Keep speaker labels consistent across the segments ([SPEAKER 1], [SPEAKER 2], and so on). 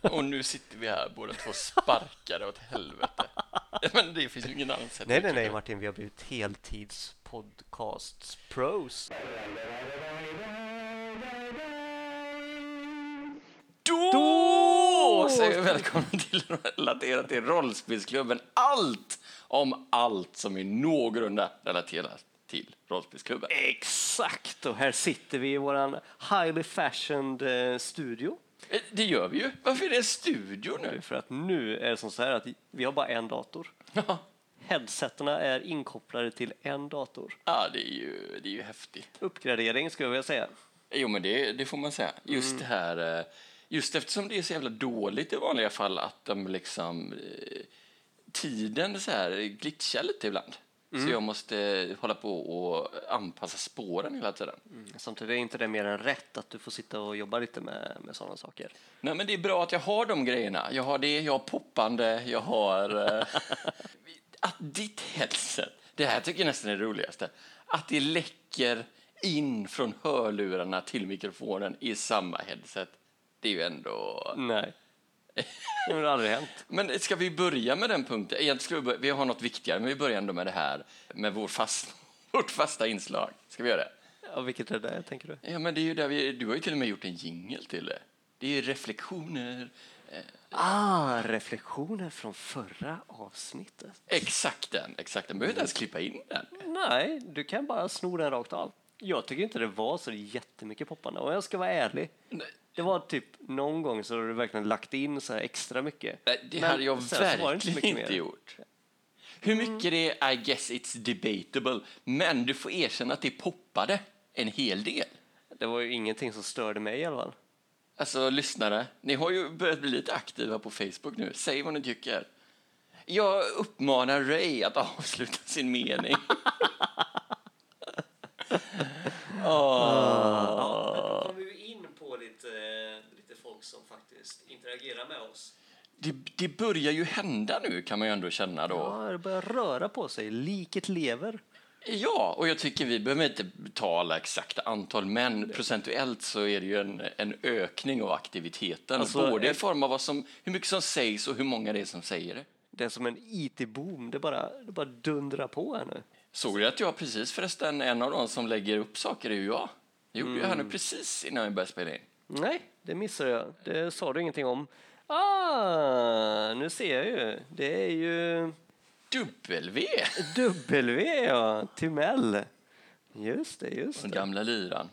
[SPEAKER 1] Och nu sitter vi här båda två sparkade åt helvete. Men det finns ju ingen annan sätt.
[SPEAKER 2] Nej, nej, nej Martin, vi har blivit heltidspodcasts-pros.
[SPEAKER 1] Då,
[SPEAKER 2] Då
[SPEAKER 1] säger vi välkomna till Relaterat till Rollspelsklubben. Allt om allt som är någorlunda relaterat till Rollspelsklubben.
[SPEAKER 2] Exakt, och här sitter vi i våran highly fashioned eh, studio.
[SPEAKER 1] Eh, Det gör vi ju. Varför är det en studio nu?
[SPEAKER 2] För att nu är det som så här att vi har bara en dator.
[SPEAKER 1] Ja,
[SPEAKER 2] Headseterna är inkopplade till en dator.
[SPEAKER 1] ah, det, är ju, det är ju häftigt.
[SPEAKER 2] Uppgradering skulle jag vilja säga.
[SPEAKER 1] Jo, men det, det får man säga. Just det här... eh, Just eftersom det är så jävla dåligt i vanliga fall att de liksom... eh, Tiden så här glitchar lite ibland. Så jag måste eh, hålla på och anpassa spåren hela tiden.
[SPEAKER 2] Mm. Samtidigt är inte det mer än rätt att du får sitta och jobba lite med, med sådana saker.
[SPEAKER 1] Nej, men det är bra att jag har de grejerna. Jag har det, jag har poppande, jag har... eh, att ditt headset, det här tycker jag nästan är det roligaste, att det läcker in från hörlurarna till mikrofonen i samma headset. Det är ju ändå...
[SPEAKER 2] Nej. Det har aldrig hänt.
[SPEAKER 1] Men ska vi börja med den punkten? Egentligen ska vi, börja, vi har något viktigare, men vi börjar ändå med det här med vår fast, vårt fasta inslag. Ska vi göra det?
[SPEAKER 2] Ja, vilket är det, tänker du?
[SPEAKER 1] Ja, men det är ju där vi, du har ju till och med gjort en jingel till det. Det är ju reflektioner. eh,
[SPEAKER 2] Ah, reflektioner från förra avsnittet.
[SPEAKER 1] Exakt den, exakt den. Behöver inte ens klippa in den.
[SPEAKER 2] Nej, du kan bara sno den rakt av. Jag tycker inte det var så jättemycket poppande, och jag ska vara ärlig.
[SPEAKER 1] Nej.
[SPEAKER 2] Det var typ någon gång så har du verkligen lagt in så här extra mycket.
[SPEAKER 1] Nej, Det
[SPEAKER 2] Men
[SPEAKER 1] hade jag
[SPEAKER 2] sen så var det
[SPEAKER 1] verkligen
[SPEAKER 2] mycket
[SPEAKER 1] inte
[SPEAKER 2] mer.
[SPEAKER 1] gjort. Hur mycket det är, I guess it's debatable. Men du får erkänna att det poppade en hel del.
[SPEAKER 2] Det var ju ingenting som störde mig i alla fall.
[SPEAKER 1] Alltså, lyssnare, ni har ju börjat bli lite aktiva på Facebook nu. Säg vad ni tycker. Jag uppmanar Ray att avsluta sin mening.
[SPEAKER 2] Ja, nu kommer vi in på lite, lite folk som faktiskt interagerar med oss.
[SPEAKER 1] Det, det börjar ju hända nu, kan man ju ändå känna då.
[SPEAKER 2] Ja, det börjar röra på sig. Liket lever.
[SPEAKER 1] Ja, och jag tycker vi behöver inte tala exakta antal, men procentuellt så är det ju en, en ökning av aktiviteten,
[SPEAKER 2] Alltså,
[SPEAKER 1] både i
[SPEAKER 2] ett-
[SPEAKER 1] form av vad som, hur mycket som sägs och hur många det är som säger det.
[SPEAKER 2] Det är som en IT-boom. Det bara, det bara dundrar på här nu.
[SPEAKER 1] Såg du att jag precis förresten, en av de som lägger upp saker är ju jag. Det gjorde jag här
[SPEAKER 2] Mm.
[SPEAKER 1] nu precis innan vi började spela in.
[SPEAKER 2] Nej, det missade jag. Det sa du ingenting om. Ah, nu ser jag ju. Det är ju
[SPEAKER 1] W,
[SPEAKER 2] W, ja. Timell. Just det, just
[SPEAKER 1] den
[SPEAKER 2] det.
[SPEAKER 1] gamla lyran.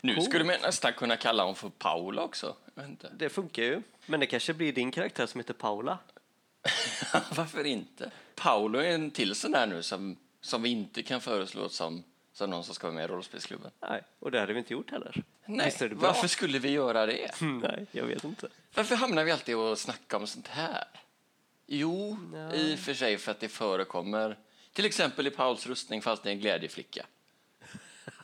[SPEAKER 1] Nu skulle man nästan kunna kalla honom för Paula också. Jag vet inte.
[SPEAKER 2] Det funkar ju. Men det kanske blir din karaktär som heter Paula.
[SPEAKER 1] Varför inte? Paolo är en till sån där nu som, som vi inte kan föreslå som, som någon som ska vara med i rollspelsklubben.
[SPEAKER 2] Nej, och det hade vi inte gjort heller.
[SPEAKER 1] Nej,
[SPEAKER 2] Visst är det bra?
[SPEAKER 1] varför skulle vi göra det?
[SPEAKER 2] Nej, jag vet inte.
[SPEAKER 1] Varför hamnar vi alltid och snackar om sånt här? Jo,
[SPEAKER 2] Ja.
[SPEAKER 1] i och för sig för att det förekommer. Till exempel i Pauls rustning fanns det en glädjeflicka.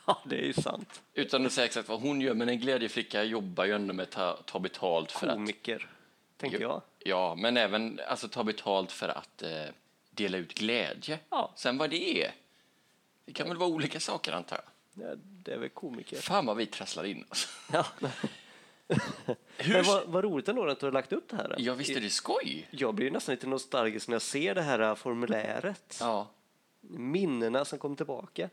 [SPEAKER 2] Ja, det är ju sant.
[SPEAKER 1] Utan att säga exakt vad hon gör, men en glädjeflicka jobbar ju ändå med att ta, ta betalt för att...
[SPEAKER 2] Komiker, tänker jag.
[SPEAKER 1] Ja, men även alltså, ta betalt för att eh, dela ut glädje.
[SPEAKER 2] Ja.
[SPEAKER 1] Sen vad det är, det kan väl vara olika saker antar jag.
[SPEAKER 2] Ja, Det är väl komiker.
[SPEAKER 1] Fan vad vi trasslar in oss.
[SPEAKER 2] Ja.
[SPEAKER 1] Hur...
[SPEAKER 2] Men vad, vad roligt ändå att du har lagt upp det här.
[SPEAKER 1] Ja, visst är det skoj?
[SPEAKER 2] Jag blir ju nästan lite nostalgisk när jag ser det här formuläret.
[SPEAKER 1] Ja.
[SPEAKER 2] Minnena som kom tillbaka.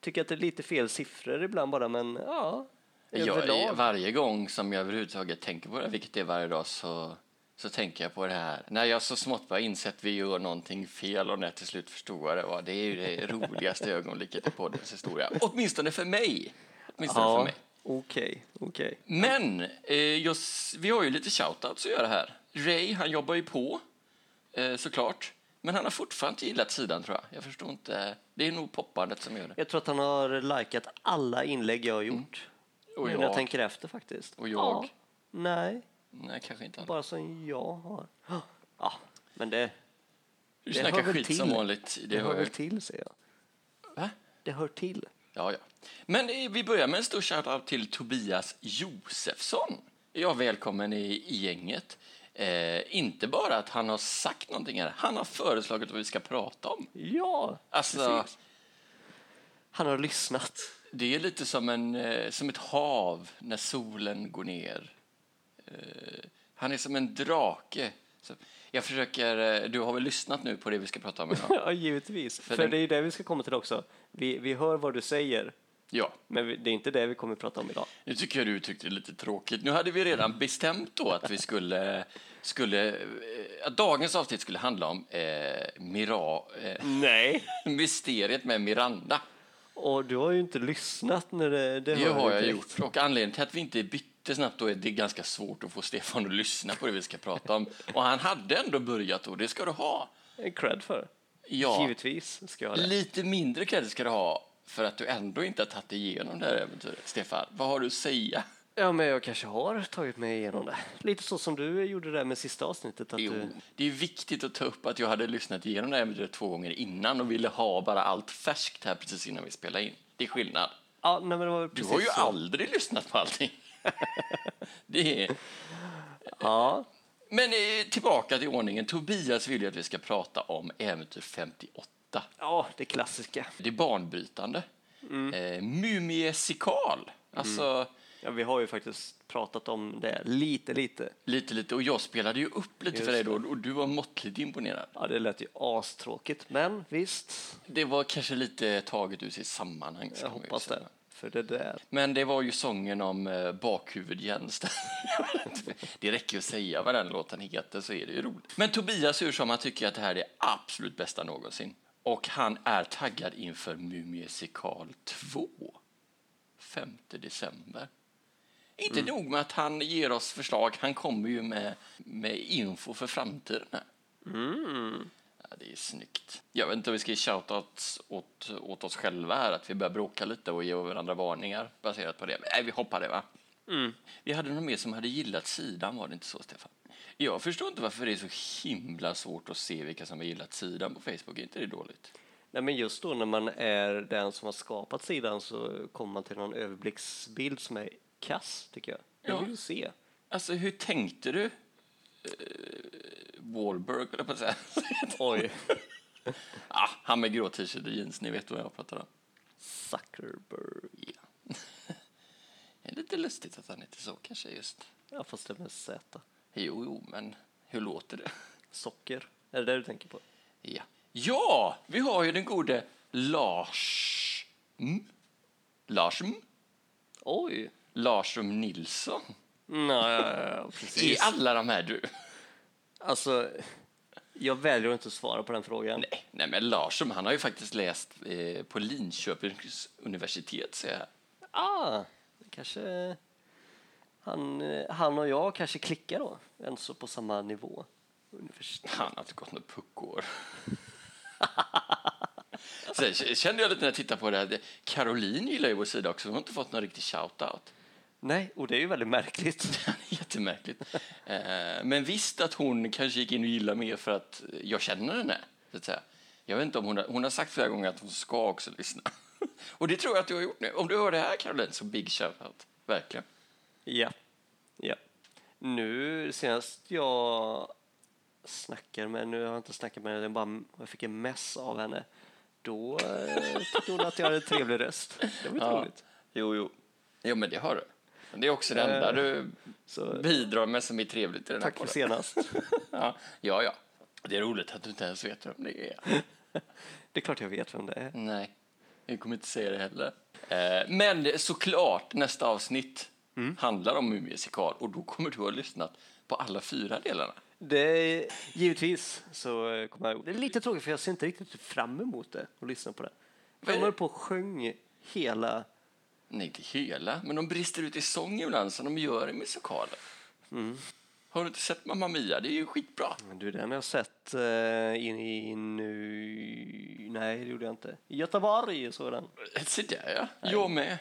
[SPEAKER 2] Tycker att det är lite fel siffror ibland bara, men ja.
[SPEAKER 1] Jag, eh,
[SPEAKER 2] överlag.
[SPEAKER 1] varje gång som jag överhuvudtaget tänker på det, vilket det är varje dag, så, så tänker jag på det här. När jag så smått bara inser att vi gör någonting fel och när jag till slut förstår vad det var, det är ju det roligaste ögonblicket i poddens historia. Åtminstone för mig. Åtminstone för
[SPEAKER 2] Ja,
[SPEAKER 1] mig.
[SPEAKER 2] okej, okej.
[SPEAKER 1] Men eh, jag, s- vi har ju lite shoutouts att göra här. Ray, han jobbar ju på, eh, såklart. Men han har fortfarande inte gillat sidan, tror jag. Jag förstår inte. Det är nog poppandet som gör det.
[SPEAKER 2] Jag tror att han har likat alla inlägg jag har gjort.
[SPEAKER 1] Mm. Och
[SPEAKER 2] nu när jag
[SPEAKER 1] jag.
[SPEAKER 2] tänker efter faktiskt.
[SPEAKER 1] Och jag.
[SPEAKER 2] Ja, nej,
[SPEAKER 1] Nej, kanske inte han.
[SPEAKER 2] bara som jag har. Ja, men det,
[SPEAKER 1] Du
[SPEAKER 2] Det hör
[SPEAKER 1] snackar
[SPEAKER 2] väl
[SPEAKER 1] skit
[SPEAKER 2] till.
[SPEAKER 1] som vanligt. Det
[SPEAKER 2] det hör
[SPEAKER 1] hör
[SPEAKER 2] väl
[SPEAKER 1] jag.
[SPEAKER 2] till, säger jag.
[SPEAKER 1] Va?
[SPEAKER 2] Det hör till.
[SPEAKER 1] Ja, ja. Men eh, vi börjar med en stor shoutout till Tobias Josefsson. Ja, välkommen i, i gänget. Eh, inte bara att han har sagt någonting här, han har föreslagit vad vi ska prata om.
[SPEAKER 2] Ja,
[SPEAKER 1] Alltså,
[SPEAKER 2] precis. Han har lyssnat.
[SPEAKER 1] det är lite som, en, eh, som ett hav när solen går ner. Eh, Han är som en drake. Så jag försöker, eh, du har väl lyssnat nu på det vi ska prata om idag?
[SPEAKER 2] Ja, givetvis. För,
[SPEAKER 1] den-
[SPEAKER 2] det är ju det vi ska komma till också. Vi, vi hör vad du säger,
[SPEAKER 1] Ja.
[SPEAKER 2] men vi, det är inte det vi kommer att prata om idag.
[SPEAKER 1] Nu tycker jag du tyckte det är lite tråkigt. Nu hade vi redan bestämt då att vi skulle, skulle eh, att dagens avsnitt skulle handla om eh, Mira, eh,
[SPEAKER 2] Nej.
[SPEAKER 1] mysteriet med Miranda.
[SPEAKER 2] Och du har ju inte lyssnat när det...
[SPEAKER 1] Det
[SPEAKER 2] Det, hör
[SPEAKER 1] har
[SPEAKER 2] du
[SPEAKER 1] jag
[SPEAKER 2] direkt.
[SPEAKER 1] gjort. Och anledningen till att vi inte bytte snabbt då är det ganska svårt att få Stefan att lyssna på det vi ska prata om. Och han hade ändå börjat och det ska du ha.
[SPEAKER 2] En cred för.
[SPEAKER 1] Ja,
[SPEAKER 2] Givetvis ska jag ha det.
[SPEAKER 1] lite mindre cred ska du ha för att du ändå inte har tagit dig igenom det här äventyret. Stefan, vad har du att säga?
[SPEAKER 2] Ja, men jag kanske har tagit mig igenom det. Lite så som du gjorde där med sista avsnittet. Att
[SPEAKER 1] Jo,
[SPEAKER 2] du...
[SPEAKER 1] det är viktigt att ta upp att jag hade lyssnat igenom det här äventyret två gånger innan och ville ha bara allt färskt här precis innan vi spelade in. Det är skillnad.
[SPEAKER 2] Ja, nej, men det var väl
[SPEAKER 1] Du
[SPEAKER 2] precis
[SPEAKER 1] har ju
[SPEAKER 2] så.
[SPEAKER 1] aldrig lyssnat på allting. det är...
[SPEAKER 2] Ja,
[SPEAKER 1] Men eh, tillbaka till ordningen. Tobias vill ju att vi ska prata om Äventyr 58.
[SPEAKER 2] ja, det klassiska.
[SPEAKER 1] Det är banbrytande.
[SPEAKER 2] Mm.
[SPEAKER 1] Eh, mumiesikal. Alltså,
[SPEAKER 2] Ja, vi har ju faktiskt pratat om det lite, lite.
[SPEAKER 1] lite, lite. Och jag spelade ju upp lite
[SPEAKER 2] Just
[SPEAKER 1] för dig då och du var måttligt imponerad.
[SPEAKER 2] Ja, det lät ju astråkigt, men visst.
[SPEAKER 1] Det var kanske lite taget ur sitt sammanhang. ska
[SPEAKER 2] Jag
[SPEAKER 1] man ju
[SPEAKER 2] hoppas
[SPEAKER 1] säga.
[SPEAKER 2] det. För det där.
[SPEAKER 1] Men det var ju sången om eh, bakhuvudjänsten. det räcker ju att säga vad den låten heter så är det ju roligt. Men Tobias hur som han tycker att det här är det absolut bästa någonsin. Och han är taggad inför Mumiesikal 2. 5 december. Inte nog med att han ger oss förslag, han kommer ju med, med info för framtiden. här.
[SPEAKER 2] Mm.
[SPEAKER 1] Ja, det är snyggt. Jag vet inte om vi ska ge shoutouts åt, åt oss själva här, att vi börjar bråka lite och ge varandra varningar baserat på det. Men, Nej, vi hoppar det va? Vi hade någon mer som hade gillat sidan, var det inte så Stefan? Jag förstår inte varför det är så himla svårt att se vilka som har gillat sidan på Facebook. Är inte det dåligt?
[SPEAKER 2] Nej, men just då när man är den som har skapat sidan så kommer man till någon överblicksbild som är kass, tycker jag. Jag
[SPEAKER 1] Ja.
[SPEAKER 2] vill ju se.
[SPEAKER 1] Alltså, hur tänkte du? Uh, Wahlberg, höll jag på att säga.
[SPEAKER 2] Oj,
[SPEAKER 1] ah, han med grå t-shirt och jeans, ni vet vad jag pratar om.
[SPEAKER 2] Zuckerberg.
[SPEAKER 1] Ja. det är lite lustigt att han inte är så kanske just.
[SPEAKER 2] Ja, fast det med Z.
[SPEAKER 1] Jo, jo, men hur låter det?
[SPEAKER 2] Socker. Är det det du tänker på?
[SPEAKER 1] Ja. ja, vi har ju den gode Lars... Mm? Lars... Mm?
[SPEAKER 2] Oj!
[SPEAKER 1] Larsum Nilsson.
[SPEAKER 2] Nej,
[SPEAKER 1] I
[SPEAKER 2] precis.
[SPEAKER 1] alla de här du.
[SPEAKER 2] Alltså, jag väljer att inte svara på den frågan.
[SPEAKER 1] Nej, nej men Larsum, han har ju faktiskt läst eh, på Linköpings universitet, säger jag.
[SPEAKER 2] Ah, kanske han, eh, han och jag kanske klickar då, ändå så på samma nivå. Universitet.
[SPEAKER 1] Han har inte gått några puckår. Sen k- kände jag lite när jag tittade på det här. det- Caroline gillar ju vår sida också. Hon har inte fått någon riktig shout-out.
[SPEAKER 2] Nej, och det är ju väldigt märkligt.
[SPEAKER 1] Jättemärkligt. Eh, men visst att hon kanske gick in och gillade mer för att jag känner henne. Så att säga. Jag vet inte om hon har, hon har sagt flera gånger att hon ska också lyssna. och det tror jag att du har gjort nu. Om du hör det här Caroline så big shoutout. Verkligen.
[SPEAKER 2] Ja, ja. Nu senast jag snackar med, nu har jag inte snackat med henne, jag bara jag fick en mess av henne. Då eh, tyckte hon att jag hade en trevlig röst. Det var ju
[SPEAKER 1] Ja.
[SPEAKER 2] roligt.
[SPEAKER 1] Jo, jo. Jo, men det har du. Men Det är också det enda
[SPEAKER 2] Eh,
[SPEAKER 1] du
[SPEAKER 2] Så
[SPEAKER 1] bidrar med som är trevligt i den här
[SPEAKER 2] tack för
[SPEAKER 1] podden.
[SPEAKER 2] senast.
[SPEAKER 1] Ja, ja, ja. Det är roligt att du inte ens vet vem det är.
[SPEAKER 2] Det är klart jag vet vem det är.
[SPEAKER 1] Nej, jag kommer inte säga det heller. Eh, Men såklart, nästa avsnitt handlar om Mumiesikal och då kommer du ha lyssnat på alla fyra delarna.
[SPEAKER 2] Det är, givetvis så eh, kommer jag ihåg. Det är lite tråkigt för jag ser inte riktigt fram emot det och lyssna på det.
[SPEAKER 1] Vad
[SPEAKER 2] De
[SPEAKER 1] är-
[SPEAKER 2] höll på och sjöng hela...
[SPEAKER 1] Nej, inte hela, men de brister ut i sång ibland som de gör i musikaler. Har du inte sett Mamma Mia? Det är ju skitbra.
[SPEAKER 2] Men Du, den har jag sett eh, in i nu... Nej, det gjorde jag inte. I Göteborg såg jag den.
[SPEAKER 1] Se där ja, jag med.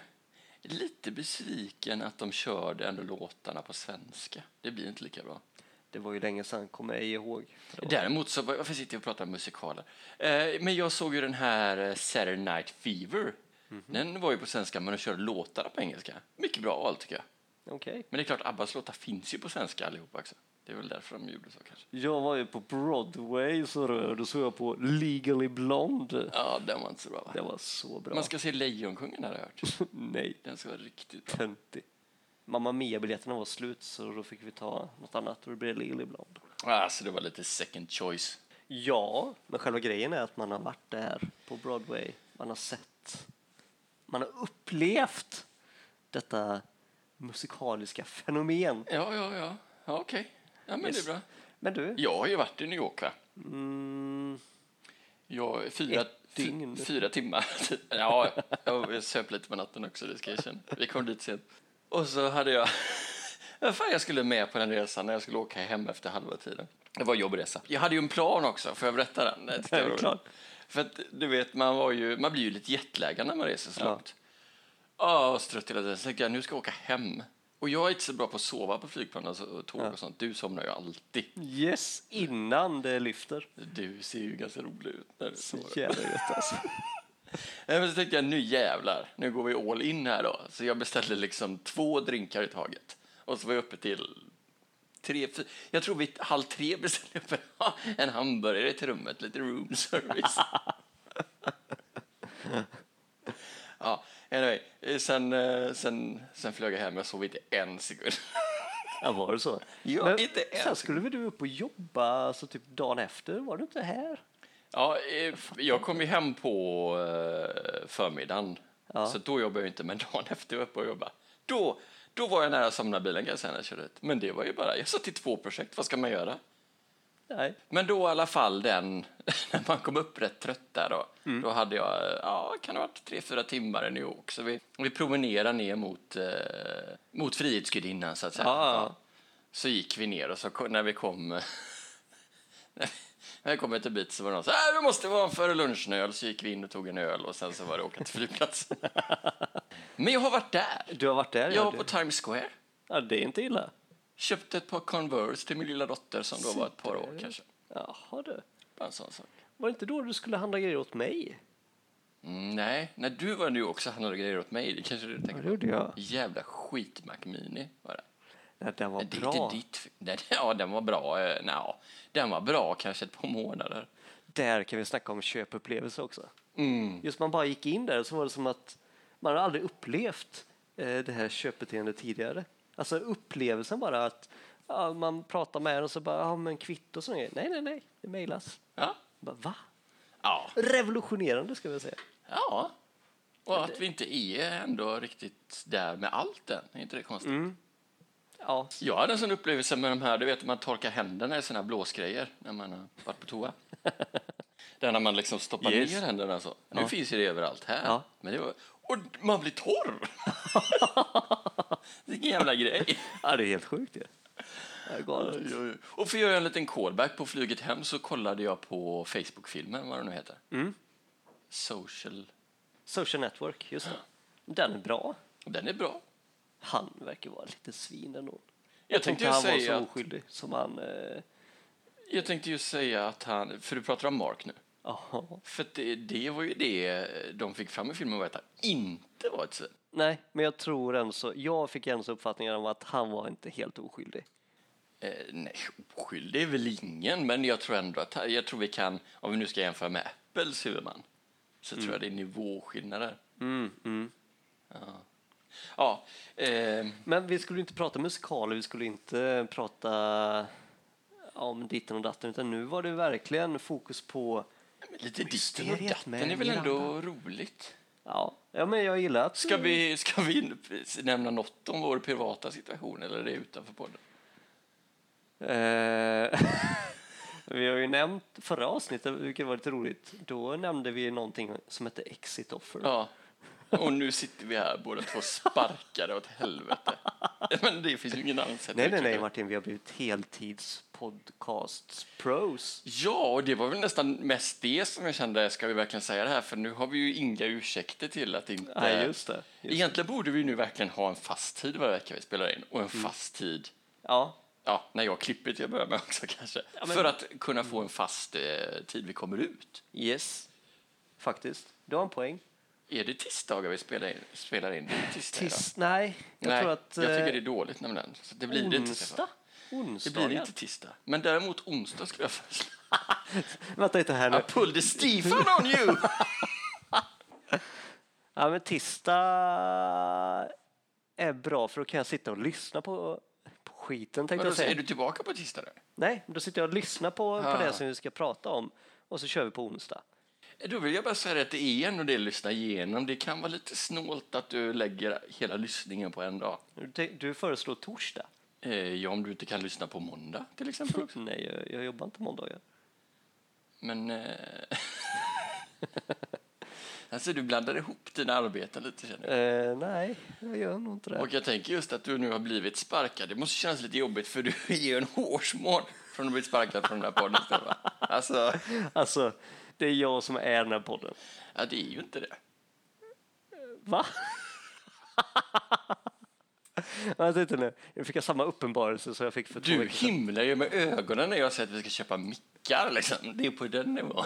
[SPEAKER 1] Lite besviken att de körde ändå låtarna på svenska. Det blir inte lika bra.
[SPEAKER 2] Det var ju länge sedan, kommer jag ihåg.
[SPEAKER 1] Däremot så, varför sitter jag och pratar om musikaler? Eh, men jag såg ju den här eh, Saturday Night Fever.
[SPEAKER 2] Mhm.
[SPEAKER 1] Den var ju på svenska, men de körde låtarna på engelska. Mycket bra val tycker jag.
[SPEAKER 2] Okej.
[SPEAKER 1] Men det är klart, Abbas låtar finns ju på svenska allihopa också. Det är väl därför de gjorde så kanske.
[SPEAKER 2] Jag var ju på Broadway så då, då såg jag på Legally Blonde.
[SPEAKER 1] Ja, den var inte så bra va?
[SPEAKER 2] Det var så bra.
[SPEAKER 1] Man ska se Lejonkungen har jag hört.
[SPEAKER 2] Nej,
[SPEAKER 1] Den ska vara riktigt bra.
[SPEAKER 2] töntig. Mamma Mia-biljetterna var slut så då fick vi ta något annat och det blev Legally Blonde.
[SPEAKER 1] Ah, så det var lite second choice.
[SPEAKER 2] Ja, men själva grejen är att man har varit där på Broadway. Man har sett, man har upplevt detta musikaliska fenomen.
[SPEAKER 1] Ja, ja, ja. ja Okej. Ja, men
[SPEAKER 2] Yes.
[SPEAKER 1] det är bra.
[SPEAKER 2] Men du,
[SPEAKER 1] Jag har ju varit i New York, va?
[SPEAKER 2] mm,
[SPEAKER 1] Jag, fyra,
[SPEAKER 2] Ett
[SPEAKER 1] fy-
[SPEAKER 2] dygn.
[SPEAKER 1] fyra timmar.
[SPEAKER 2] typ.
[SPEAKER 1] ja, jag jag söp lite på natten också, det ska jag erkänna. Vi kom dit sent. Och så hade jag... Vad fan, jag skulle med på den resan när jag skulle åka hem efter halva tiden. Det var en jobbresa. Jag hade ju en plan också, får jag berätta den? Det tyckte jag
[SPEAKER 2] Ja,
[SPEAKER 1] var
[SPEAKER 2] klart.
[SPEAKER 1] roligt. För att du vet, man, var ju, man blir ju lite jetlaggad när man reser så
[SPEAKER 2] Ja.
[SPEAKER 1] långt. Ja, och strött hela tiden. Så tänkte jag, nu ska jag åka hem. Och jag är inte så bra på att sova på flygplan och så- och tåg och sånt. Du somnar ju alltid.
[SPEAKER 2] yes, innan det lyfter.
[SPEAKER 1] Du ser ju ganska rolig ut när du
[SPEAKER 2] Så
[SPEAKER 1] sover.
[SPEAKER 2] jävla gött alltså.
[SPEAKER 1] Nej, Eh, men så tänkte jag nu jävlar, nu går vi all in här då. Så jag beställde liksom två drinkar i taget. Och så var jag uppe till tre, fy- jag tror vid halv tre beställde jag upp en- en hamburgare till rummet, lite room service. ja, anyway, eh, sen, eh, sen, sen flög jag hem, jag sov inte en sekund.
[SPEAKER 2] Ja, var det så?
[SPEAKER 1] Ja, inte ens.
[SPEAKER 2] sen skulle väl du upp och jobba alltså, typ dagen efter? Var du inte här?
[SPEAKER 1] Ja, eh, jag kom ju hem på eh, förmiddagen,
[SPEAKER 2] Ja.
[SPEAKER 1] så då jobbade jag inte. Men dagen efter var jag uppe och jobbade. Då, då var jag nära att somna i bilen kan jag säga när jag körde ut. Men det var ju bara, jag satt i två projekt, vad ska man göra?
[SPEAKER 2] Nej.
[SPEAKER 1] Men då i alla fall den, när man kom upp rätt trött där då,
[SPEAKER 2] Mm.
[SPEAKER 1] då hade jag, eh, ja, kan det ha varit tre, fyra timmar i New York. Så vi, vi promenerade ner mot, eh, mot Frihetsgudinnan så att säga.
[SPEAKER 2] Ja, ja, ja.
[SPEAKER 1] Så gick vi ner och så ko- när vi kom, eh, när vi- när vi kom ett bit så var det någon så här, vi måste vara en före lunchnöl. Så gick vi in och tog en öl och sen så var det åka till flygplatsen. Men jag har varit där.
[SPEAKER 2] Du har varit där?
[SPEAKER 1] Jag
[SPEAKER 2] ja,
[SPEAKER 1] var
[SPEAKER 2] du.
[SPEAKER 1] på Times Square.
[SPEAKER 2] ja, det är inte illa.
[SPEAKER 1] Köpte ett par Converse till min lilla dotter som då var ett par år kanske.
[SPEAKER 2] Jaha du.
[SPEAKER 1] Bara en sån sak.
[SPEAKER 2] Var det inte då du skulle handla grejer åt mig?
[SPEAKER 1] Mm, nej, när du var nu också handlade grejer åt mig. Det kanske du tänker på.
[SPEAKER 2] gjorde jag.
[SPEAKER 1] Jävla skitmack mini var det.
[SPEAKER 2] Nej, den var
[SPEAKER 1] det är
[SPEAKER 2] bra.
[SPEAKER 1] inte ditt fel. Nej, Ja, den var bra. eh, Nja, den var bra kanske ett par månader.
[SPEAKER 2] Där kan vi snacka om köpupplevelse också.
[SPEAKER 1] Mm.
[SPEAKER 2] Just man bara gick in där så var det som att man hade aldrig upplevt eh, det här köpbeteendet tidigare. Alltså upplevelsen bara att ja, man pratar med den och så bara, ja men kvitto och sådana grejer. Nej, nej, nej, det mejlas.
[SPEAKER 1] Ja.
[SPEAKER 2] Bara, Va?
[SPEAKER 1] Ja.
[SPEAKER 2] Revolutionerande ska jag säga.
[SPEAKER 1] ja. Och att vi inte är ändå riktigt där med allt än. Är inte det konstigt?
[SPEAKER 2] Ja,
[SPEAKER 1] Jag hade en sån upplevelse med de här, du vet man torkar händerna i såna här blåsgrejer när man har varit på toa. Där när man liksom stoppar
[SPEAKER 2] Yes.
[SPEAKER 1] ner händerna så. Nu
[SPEAKER 2] Ja.
[SPEAKER 1] finns ju det överallt här.
[SPEAKER 2] Ja.
[SPEAKER 1] Men det var, och man blir torr! Vilken jävla grej.
[SPEAKER 2] ja det är helt sjukt ju. Det är galet.
[SPEAKER 1] Oj, oj, oj. Och för att göra en liten callback på flyget hem så kollade jag på Facebook-filmen, vad den nu heter.
[SPEAKER 2] Mm.
[SPEAKER 1] Social.
[SPEAKER 2] Social Network, just det. Den är bra.
[SPEAKER 1] Den är bra.
[SPEAKER 2] Han verkar vara lite svin ändå.
[SPEAKER 1] Jag tänkte ju
[SPEAKER 2] han var
[SPEAKER 1] säga
[SPEAKER 2] så
[SPEAKER 1] att-
[SPEAKER 2] oskyldig som han... eh,
[SPEAKER 1] Jag tänkte ju säga att han, för du pratar om Mark nu.
[SPEAKER 2] Ja.
[SPEAKER 1] För att det, det var ju det eh, de fick fram i filmen var att han inte var ett svin.
[SPEAKER 2] Nej, men jag tror ändå så. Jag fick ändå så uppfattningen om att han var inte helt oskyldig.
[SPEAKER 1] Eh, nej, oskyldig är väl ingen, men jag tror ändå att jag tror vi kan, om vi nu ska jämföra med Apples huvudman, så tror jag det är nivåskillnader.
[SPEAKER 2] Mm, mm.
[SPEAKER 1] Ja, eh,
[SPEAKER 2] Men vi skulle inte prata musikaler, vi skulle inte prata om ditten och datten, utan nu var det verkligen fokus på...
[SPEAKER 1] lite ditten och
[SPEAKER 2] Mysteriet
[SPEAKER 1] datten
[SPEAKER 2] med
[SPEAKER 1] är väl ändå roligt.
[SPEAKER 2] Ja, ja men jag gillar att...
[SPEAKER 1] Ska vi, ska vi nämna något om vår privata situation eller är det utanför podden?
[SPEAKER 2] Eh, vi har ju nämnt förra avsnittet, vilket var lite roligt. Då nämnde vi någonting som hette Exit Offer.
[SPEAKER 1] Ja. Och nu sitter vi här båda två sparkade åt helvete. Men det finns ju ingen annan sätt.
[SPEAKER 2] nej,
[SPEAKER 1] att
[SPEAKER 2] nej, nej
[SPEAKER 1] uttrycka det.
[SPEAKER 2] Martin, vi har blivit heltidspodcasts-pros.
[SPEAKER 1] Ja, och det var väl nästan mest det som jag kände, ska vi verkligen säga det här? För nu har vi ju inga ursäkter till att inte...
[SPEAKER 2] Nej, Eh, just det. Just.
[SPEAKER 1] Egentligen borde vi nu verkligen ha en fast tid varje vecka vi spelar in och en
[SPEAKER 2] Mm.
[SPEAKER 1] fast tid,
[SPEAKER 2] Ja,
[SPEAKER 1] ja, när jag klipper till jag börjar med också kanske,
[SPEAKER 2] Ja, men- Mm.
[SPEAKER 1] för att kunna få en fast eh, tid vi kommer ut.
[SPEAKER 2] Yes, faktiskt. Du har en poäng.
[SPEAKER 1] Är det tisdagar vi spelar in? Spelar in? Det är tisdag idag.
[SPEAKER 2] Tis, nej, jag
[SPEAKER 1] Nej,
[SPEAKER 2] tror att
[SPEAKER 1] jag tycker det är
[SPEAKER 2] eh,
[SPEAKER 1] dåligt nämligen. Så det blir det inte. Stefan.
[SPEAKER 2] onsdag.
[SPEAKER 1] Det
[SPEAKER 2] Onsdag.
[SPEAKER 1] blir inte tisdag. Men däremot onsdag skulle jag föreslå.
[SPEAKER 2] Vänta lite här
[SPEAKER 1] I
[SPEAKER 2] nu.
[SPEAKER 1] pulled the Stefan on you!
[SPEAKER 2] Ja, men tisdag är bra för då kan jag sitta och lyssna på, på skiten tänkte
[SPEAKER 1] Men
[SPEAKER 2] jag
[SPEAKER 1] då, är
[SPEAKER 2] säga.
[SPEAKER 1] du tillbaka på tisdag? Då?
[SPEAKER 2] Nej, då sitter jag och lyssnar på,
[SPEAKER 1] Ah.
[SPEAKER 2] på det som vi ska prata om och så kör vi på onsdag.
[SPEAKER 1] Eh, Då vill jag bara säga det till er och det lyssna igenom. Det kan vara lite snålt att du lägger hela lyssningen på en dag.
[SPEAKER 2] Du tänk- Du föreslår torsdag?
[SPEAKER 1] Eh, ja, om du inte kan lyssna på måndag till exempel. också.
[SPEAKER 2] Nej, jag, jag jobbar inte måndagar.
[SPEAKER 1] Men... Eh... alltså, du blandar ihop dina arbeten lite känner jag.
[SPEAKER 2] Eh, nej, jag gör nog inte det.
[SPEAKER 1] Och jag tänker just att du nu har blivit sparkad. Det måste kännas lite jobbigt för du är ju en hårsmån från att ha blivit sparkad från den här podden. Stefan. Alltså,
[SPEAKER 2] Alltså, det är jag som är den här podden.
[SPEAKER 1] ja, det är ju inte det.
[SPEAKER 2] Va? Vänta lite nu, nu fick jag samma uppenbarelse som jag fick för två
[SPEAKER 1] Du
[SPEAKER 2] veckor sedan.
[SPEAKER 1] himlar ju med ögonen när jag säger att vi ska köpa mickar. Liksom. Det är på den nivån.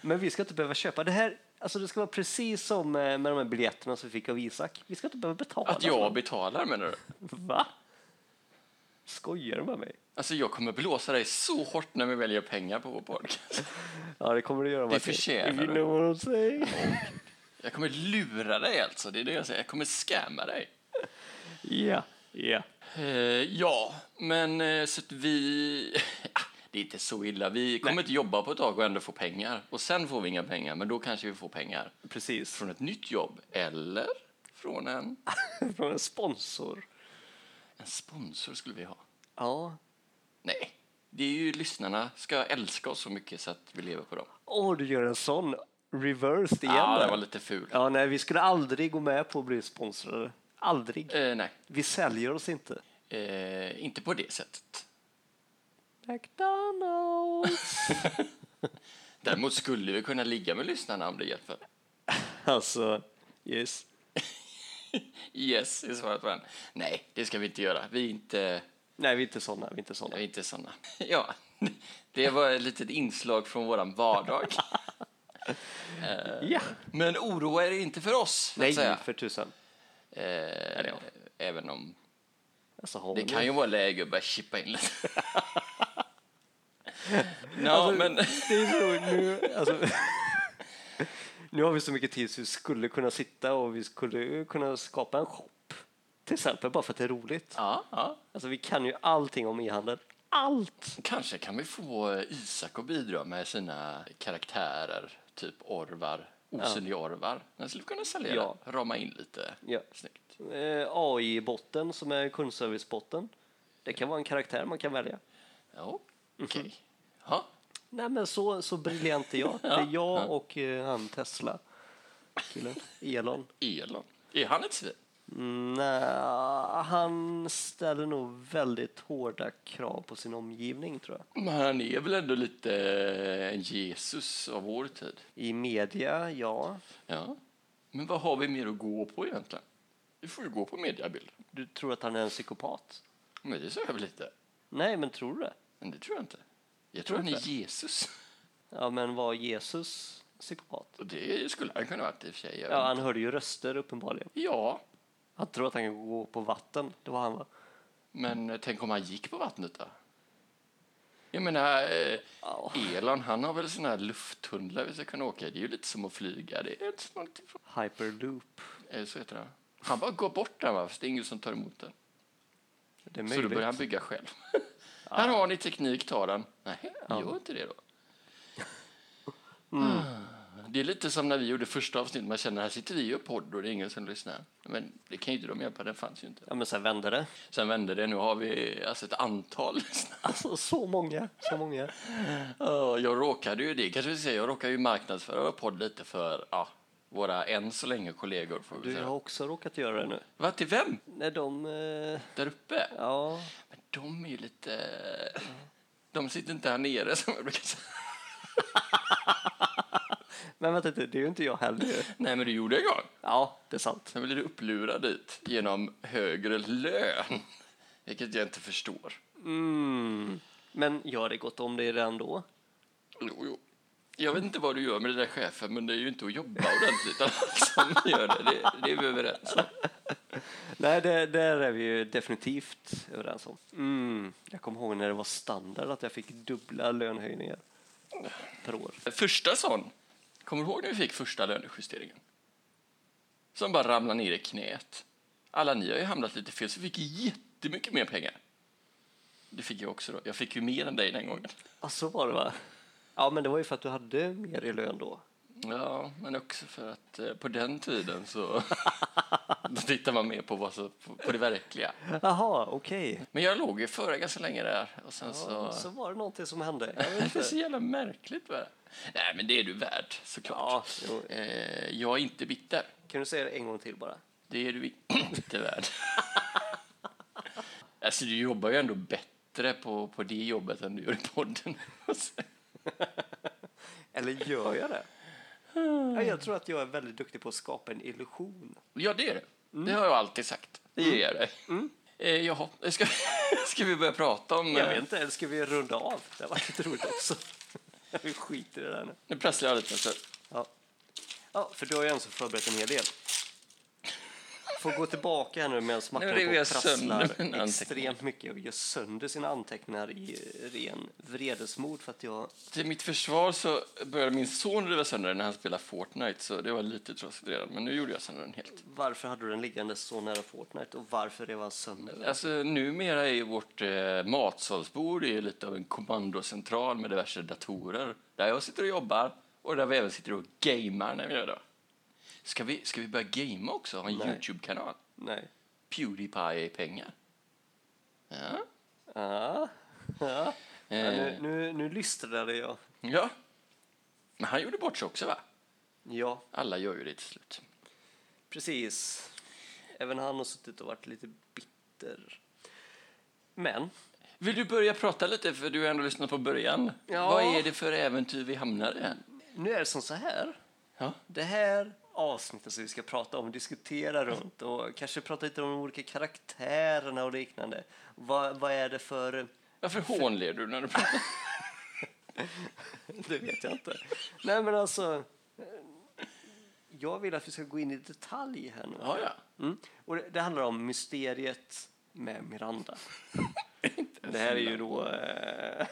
[SPEAKER 2] Men vi ska inte behöva köpa det här. Alltså det ska vara precis som eh, med de här biljetterna som vi fick av Isak. Vi ska inte behöva betala.
[SPEAKER 1] Att
[SPEAKER 2] för
[SPEAKER 1] jag
[SPEAKER 2] dem.
[SPEAKER 1] betalar menar du?
[SPEAKER 2] Va? Skojar du med mig?
[SPEAKER 1] Alltså jag kommer blåsa dig så hårt när vi väljer pengar på vår podcast.
[SPEAKER 2] Ja, det kommer du göra. Martin.
[SPEAKER 1] förtjänar
[SPEAKER 2] If you
[SPEAKER 1] du.
[SPEAKER 2] know what I'm saying.
[SPEAKER 1] Jag kommer lura dig alltså, det är det jag säger. Jag kommer skämma dig.
[SPEAKER 2] Ja, ja.
[SPEAKER 1] Eh, ja, men eh, så att vi... Ah, Det är inte så illa. Vi kommer inte jobba på ett tag och ändå få pengar. Och sen får vi inga pengar, men då kanske vi får pengar
[SPEAKER 2] Precis.
[SPEAKER 1] från ett nytt jobb. Eller från en,
[SPEAKER 2] Från en sponsor.
[SPEAKER 1] en sponsor skulle vi ha.
[SPEAKER 2] Ja.
[SPEAKER 1] Nej, det är ju lyssnarna ska älska oss så mycket så att vi lever på dem.
[SPEAKER 2] Åh, du gör en sån reversed igen.
[SPEAKER 1] Ja,
[SPEAKER 2] där.
[SPEAKER 1] det var lite ful.
[SPEAKER 2] ja, nej, vi skulle aldrig gå med på att bli sponsrade. Aldrig.
[SPEAKER 1] Eh, nej,
[SPEAKER 2] Vi säljer oss inte.
[SPEAKER 1] eh, inte på det sättet.
[SPEAKER 2] McDonalds.
[SPEAKER 1] Däremot skulle vi kunna ligga med lyssnarna om det hjälper.
[SPEAKER 2] alltså, yes.
[SPEAKER 1] Yes, är svaret på den. Nej, det ska vi inte göra. Vi är inte,
[SPEAKER 2] Nej, vi är inte såna. Vi är inte såna.
[SPEAKER 1] vi är inte sådana. Ja, det var ett litet inslag från våran vardag.
[SPEAKER 2] Ja.
[SPEAKER 1] Men oroa er inte för oss, så att
[SPEAKER 2] Eh, Nej,
[SPEAKER 1] säga.
[SPEAKER 2] för tusan.
[SPEAKER 1] Eh, även om
[SPEAKER 2] Alltså, har
[SPEAKER 1] det
[SPEAKER 2] vi-
[SPEAKER 1] kan ju vara läge att börja chippa in lite. No,
[SPEAKER 2] Alltså,
[SPEAKER 1] men,
[SPEAKER 2] Det är så, nu, alltså, nu har vi så mycket tid så vi skulle kunna sitta och vi skulle kunna skapa en shop. Till exempel, bara för att det är roligt.
[SPEAKER 1] ja, ja.
[SPEAKER 2] Alltså, vi kan ju allting om e-handel. Allt!
[SPEAKER 1] Kanske kan vi få Isak att bidra med sina karaktärer, typ orvar, osynliga orvar. Den skulle kunna sälja
[SPEAKER 2] Ja.
[SPEAKER 1] den, rama in lite.
[SPEAKER 2] Ja.
[SPEAKER 1] Snyggt.
[SPEAKER 2] Eh, AI-botten som är kundservice-botten. Det kan vara en karaktär man kan välja.
[SPEAKER 1] Ja, okej.
[SPEAKER 2] Mhm.
[SPEAKER 1] Ja,
[SPEAKER 2] Nej, men så, så briljant är jag. Det är jag och eh, han Tesla. Killen. Elon.
[SPEAKER 1] Elon. Är han ett svin?
[SPEAKER 2] Nej, han ställer nog väldigt hårda krav på sin omgivning tror jag.
[SPEAKER 1] Men han är väl ändå lite en Jesus av vår tid?
[SPEAKER 2] I media, ja.
[SPEAKER 1] Ja. Men vad har vi mer att gå på egentligen? Vi får ju gå på mediabilder.
[SPEAKER 2] Du tror att han är en psykopat?
[SPEAKER 1] Men det sa jag väl inte?
[SPEAKER 2] Nej, men tror du det?
[SPEAKER 1] Men det tror jag inte. Jag tror han är Jesus.
[SPEAKER 2] Ja, men var Jesus psykopat?
[SPEAKER 1] Och det skulle han kunna vara i och för sig.
[SPEAKER 2] Ja, han hörde ju röster uppenbarligen.
[SPEAKER 1] ja,
[SPEAKER 2] Han tror att han kan gå på vatten. Det var han va?
[SPEAKER 1] Men eh, tänk om han gick på vattnet då? Jag menar, eh,
[SPEAKER 2] Ja.
[SPEAKER 1] Elon han har väl såna här lufttunnlar vi ska kunna åka i. Det är ju lite som att flyga. Det är inte så långt ifrån.
[SPEAKER 2] Hyperloop.
[SPEAKER 1] Eh, så heter det. Han bara går bort där va, fast det är ingen som tar emot den.
[SPEAKER 2] Det är
[SPEAKER 1] Så då
[SPEAKER 2] möjligt.
[SPEAKER 1] börjar han bygga själv. Här har ni teknik, ta den. Nej, gör inte det då. Ah, Det är lite som när vi gjorde första avsnittet. Man känner här sitter vi och podd och det är ingen som lyssnar. Men det kan ju inte de hjälpa, den fanns ju inte.
[SPEAKER 2] Ja, men sen vände det.
[SPEAKER 1] Sen vände det, nu har vi alltså ett antal lyssnare.
[SPEAKER 2] Alltså, så många. Så många.
[SPEAKER 1] Ja, jag råkade ju det kanske vi säger, jag råkade ju marknadsföra vår podd lite för ja, våra än så länge kollegor får vi
[SPEAKER 2] Du har
[SPEAKER 1] säga.
[SPEAKER 2] också råkat göra det nu.
[SPEAKER 1] Va, till vem?
[SPEAKER 2] Nej, de... Eh,
[SPEAKER 1] Där uppe?
[SPEAKER 2] ja.
[SPEAKER 1] Men de är ju lite... De sitter inte här nere som jag brukar säga.
[SPEAKER 2] Men vänta lite, det är ju inte jag heller ju.
[SPEAKER 1] Nej men det gjorde jag en gång.
[SPEAKER 2] Ja, det är sant.
[SPEAKER 1] Sen blev du upplurad dit genom högre lön. Vilket jag inte förstår.
[SPEAKER 2] Mm. Men jag hade gått om det redan då.
[SPEAKER 1] Jo, jo. Jag vet inte vad du gör med det där chefen men det är ju inte att jobba ordentligt. Som gör det. det, det är vi överens om.
[SPEAKER 2] Nej, det, där är vi ju definitivt överens om. Mm. Jag kommer ihåg när det var standard att jag fick dubbla lönehöjningar per år.
[SPEAKER 1] Första sån. Kommer du ihåg när vi fick första lönejusteringen? Som bara ramlade ner i knät. alla ni har ju hamnat lite fel, så fick jag jättemycket mer pengar. Det fick jag också då. Jag fick ju mer än dig den gången.
[SPEAKER 2] Ja, så var det va? Ja, men det var ju för att du hade mer i lön då.
[SPEAKER 1] Ja, men också för att eh, på den tiden så då tittar man mer på, vad som, på, på det verkliga.
[SPEAKER 2] Jaha, okej.
[SPEAKER 1] Men jag låg ju före ganska länge där och sen
[SPEAKER 2] Ja,
[SPEAKER 1] så...
[SPEAKER 2] så var det någonting som hände. Jag vet
[SPEAKER 1] Det är så
[SPEAKER 2] inte.
[SPEAKER 1] jävla märkligt bara. Nej, men det är du värd såklart.
[SPEAKER 2] Ja, jo.
[SPEAKER 1] Eh, jag är inte bitter.
[SPEAKER 2] Kan du säga det en gång till bara?
[SPEAKER 1] Det är du inte värd. alltså, du jobbar ju ändå bättre på, på det jobbet än du gör i podden.
[SPEAKER 2] Eller gör jag det? Ja, jag tror att jag är väldigt duktig på att skapa en illusion.
[SPEAKER 1] ja, det är du. Det har jag alltid sagt. Det ger jag dig. Eh, jaha, ska, vi- ska vi börja prata om...
[SPEAKER 2] Jag vet inte, eller ska vi runda av? Det var lite roligt också. Vi skiter i det där nu.
[SPEAKER 1] Nu prasslar jag lite. Så.
[SPEAKER 2] Ja. ja, för du har ju ändå förberett en hel del. Får gå tillbaka här nu medan Martin
[SPEAKER 1] Nu river
[SPEAKER 2] går och
[SPEAKER 1] jag sönder mina
[SPEAKER 2] prasslar
[SPEAKER 1] anteckningar.
[SPEAKER 2] extremt mycket och gör sönder sina anteckningar i ren vredesmod för att jag...
[SPEAKER 1] Till mitt försvar så började min son riva sönder den när han spelade Fortnite, så det var lite trasigt redan. Men nu gjorde jag sönder den helt.
[SPEAKER 2] Varför hade du den liggande så nära Fortnite och varför rev han sönder den?
[SPEAKER 1] Alltså, numera är ju vårt eh, matsalsbord är ju lite av en kommandocentral med diverse datorer. Där jag sitter och jobbar och där vi även sitter och gamer när vi gör det. Ska vi, ska vi börja gamea också? Ha en
[SPEAKER 2] Nej.
[SPEAKER 1] Youtube-kanal?
[SPEAKER 2] Nej.
[SPEAKER 1] Pewdiepie är pengar. Ja.
[SPEAKER 2] Ja, Ah. ja. ja nu,
[SPEAKER 1] Eh,
[SPEAKER 2] nu, nu lystrade jag.
[SPEAKER 1] ja. Men han gjorde bort sig också, va?
[SPEAKER 2] Ja,
[SPEAKER 1] Alla gör ju det till slut.
[SPEAKER 2] precis. Även han har suttit och varit lite bitter. Men,
[SPEAKER 1] Vill du börja prata lite? För du har ändå lyssnat på början.
[SPEAKER 2] Ja.
[SPEAKER 1] Vad är det för äventyr vi hamnar i?
[SPEAKER 2] nu är det som så här.
[SPEAKER 1] Ja.
[SPEAKER 2] Det här avsnittet som vi ska prata om, diskutera runt och kanske prata lite om de olika karaktärerna och liknande. Vad, vad är det för...
[SPEAKER 1] Varför hånler du när du pratar?
[SPEAKER 2] Det vet jag inte. Nej, men alltså... eh, Jag vill att vi ska gå in i detalj här nu.
[SPEAKER 1] ja, ja.
[SPEAKER 2] Mm. Och det, det handlar om mysteriet med Miranda. det här är ju då... Eh,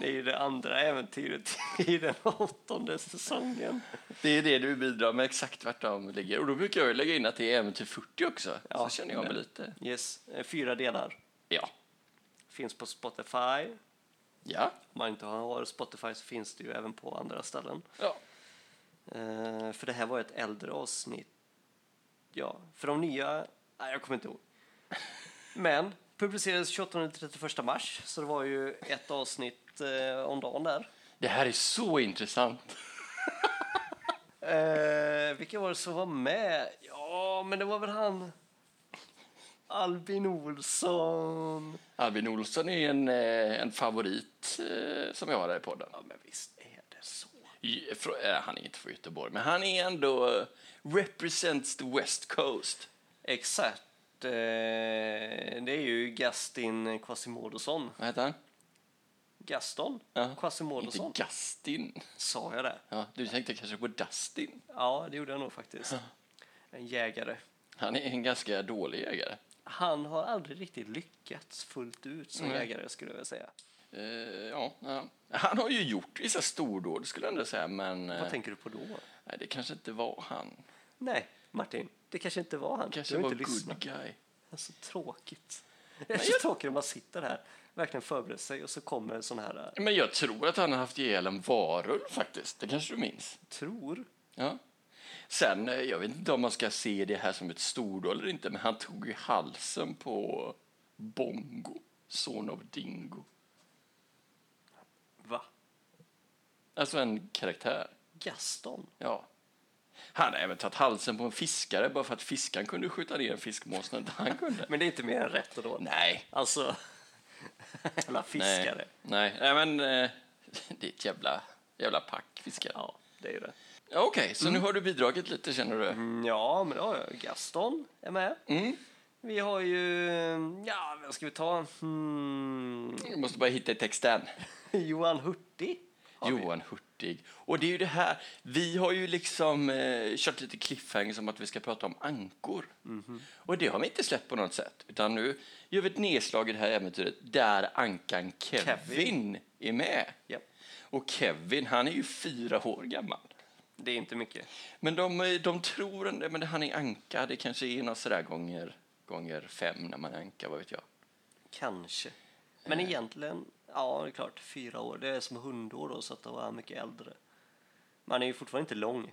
[SPEAKER 2] det är ju det andra äventyret i den åttonde säsongen.
[SPEAKER 1] Det är det du bidrar med, exakt vart de ligger. Och då brukar jag ju lägga in att det är äventyr 40 också.
[SPEAKER 2] Ja,
[SPEAKER 1] så känner jag mig
[SPEAKER 2] men-
[SPEAKER 1] lite.
[SPEAKER 2] Yes, eh, fyra delar.
[SPEAKER 1] Ja.
[SPEAKER 2] Finns på Spotify.
[SPEAKER 1] Ja.
[SPEAKER 2] Om man inte har Spotify så finns det ju även på andra ställen.
[SPEAKER 1] ja.
[SPEAKER 2] Eh, för det här var ett äldre avsnitt. Ja, för de nya... Nej, jag kommer inte ihåg. Men publicerades 28-31 mars, så det var ju ett avsnitt eh, om dagen där.
[SPEAKER 1] Det här är så intressant.
[SPEAKER 2] Eh, vilka var det som var med? Ja, men det var väl han... Albin Olsson.
[SPEAKER 1] Albin Olsson är en, eh, en favorit eh, som jag har här i podden.
[SPEAKER 2] Ja, men visst är det så.
[SPEAKER 1] I- frå- eh, Han är inte från Göteborg, men han är ändå eh, represents the West Coast.
[SPEAKER 2] Exakt. Eh, det är ju Gastin Quasimodosson.
[SPEAKER 1] Vad heter han?
[SPEAKER 2] Gaston
[SPEAKER 1] Ja.
[SPEAKER 2] Quasimodosson.
[SPEAKER 1] Inte Gastin.
[SPEAKER 2] Sa jag det?
[SPEAKER 1] Ja, du tänkte kanske på Dustin.
[SPEAKER 2] Ja, det gjorde jag nog faktiskt. En jägare.
[SPEAKER 1] Han är en ganska dålig jägare.
[SPEAKER 2] Han har aldrig riktigt lyckats fullt ut som
[SPEAKER 1] Nej.
[SPEAKER 2] jägare skulle jag vilja säga.
[SPEAKER 1] Eh, ja, ja. Han har ju gjort vissa stordåd, skulle jag ändå säga, men eh,
[SPEAKER 2] Vad tänker du på då?
[SPEAKER 1] nej, det kanske inte var han.
[SPEAKER 2] Nej, Martin, det kanske inte var han.
[SPEAKER 1] kanske
[SPEAKER 2] du har
[SPEAKER 1] var
[SPEAKER 2] inte lyssnat.
[SPEAKER 1] good guy.
[SPEAKER 2] Det är så tråkigt. Det är så tråkigt när man sitter här, verkligen förbereder sig och så kommer en sån här, eh,
[SPEAKER 1] Men jag tror att han har haft ihjäl en varulv faktiskt. Det kanske du minns?
[SPEAKER 2] tror.
[SPEAKER 1] Ja. Sen, eh, jag vet inte om man ska se det här som ett stordåd eller inte, men han tog ju halsen på Bongo, son av Dingo.
[SPEAKER 2] Va?
[SPEAKER 1] Alltså en karaktär.
[SPEAKER 2] Gaston?
[SPEAKER 1] Ja. Han har även tagit halsen på en fiskare bara för att fiskaren kunde skjuta ner en fiskmås när inte han kunde.
[SPEAKER 2] Men det är inte mer än rätt då.
[SPEAKER 1] Nej,
[SPEAKER 2] Alltså, jävla fiskare.
[SPEAKER 1] Nej, nej, nej men eh, det är ett jävla, jävla pack fiskar. Ja.
[SPEAKER 2] Ja, det är ju det.
[SPEAKER 1] Okej, så nu har du bidragit lite känner du? Mm.
[SPEAKER 2] Mm, Ja, men det har jag. Gaston är med. Vi har ju... Ja, vem ska vi ta? Hmm,
[SPEAKER 1] Jag måste bara hitta i texten.
[SPEAKER 2] Johan Hurtig. har vi.
[SPEAKER 1] Johan Hurtig. Och det är ju det här, vi har ju liksom eh, kört lite cliffhanger som att vi ska prata om ankor.
[SPEAKER 2] Mm-hmm.
[SPEAKER 1] Och det har vi inte släppt på något sätt. Utan nu gör vi ett nedslag i det här äventyret där ankan Kevin,
[SPEAKER 2] Kevin.
[SPEAKER 1] är med.
[SPEAKER 2] Ja.
[SPEAKER 1] Och Kevin, han är ju fyra år gammal.
[SPEAKER 2] Det är inte mycket.
[SPEAKER 1] Men de, eh, de tror ändå- men han är anka. Det kanske är något sådär gånger, gånger fem när man är anka, vad vet jag.
[SPEAKER 2] Kanske. Men egentligen, ja det är klart, fyra år. Det är som hundår då, så att då var han mycket äldre. Men han är ju fortfarande inte lång.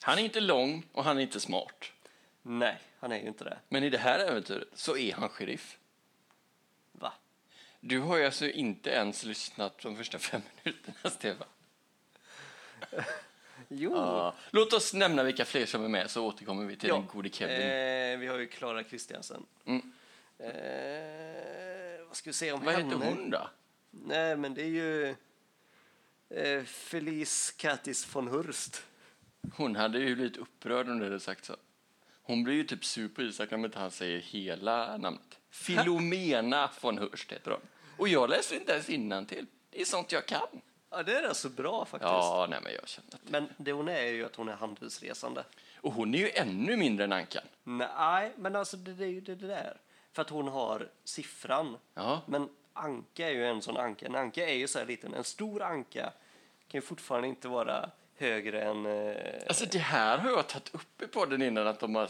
[SPEAKER 1] Han är inte lång och han är inte smart.
[SPEAKER 2] Nej, han är ju inte det.
[SPEAKER 1] Men i det här äventyret så är han sheriff.
[SPEAKER 2] Va?
[SPEAKER 1] Du har ju alltså inte ens lyssnat på de första fem minuterna, Stefan.
[SPEAKER 2] Jo!
[SPEAKER 1] Ja. Låt oss nämna vilka fler som är med så återkommer vi till
[SPEAKER 2] Ja.
[SPEAKER 1] den gode Kevin.
[SPEAKER 2] Eh, vi har ju Klara Kristiansen.
[SPEAKER 1] Mm.
[SPEAKER 2] Eh, vad ska vi säga om
[SPEAKER 1] Vad
[SPEAKER 2] henne?
[SPEAKER 1] heter hon då?
[SPEAKER 2] Nej, men det är ju eh, Felice Kattis von Hurst.
[SPEAKER 1] Hon hade ju blivit upprörd om du hade sagt så. Hon blir ju typ sur på Isak om inte han säger hela namnet. Filomena von Hurst heter hon. Och jag läser inte ens innantill. Det är sånt jag kan.
[SPEAKER 2] Ja, det är rätt så bra faktiskt.
[SPEAKER 1] Ja, nej men jag känner.
[SPEAKER 2] Men det hon är är ju att hon är handelsresande.
[SPEAKER 1] Och hon är ju ännu mindre än Ankan.
[SPEAKER 2] Nej, men alltså det, det är ju det det där. För att hon har siffran.
[SPEAKER 1] Ja.
[SPEAKER 2] Men anka är ju en sån anka. En anka är ju så här liten. En stor anka kan ju fortfarande inte vara högre än... Eh,
[SPEAKER 1] Alltså det här har jag tagit upp i podden innan att de har eh,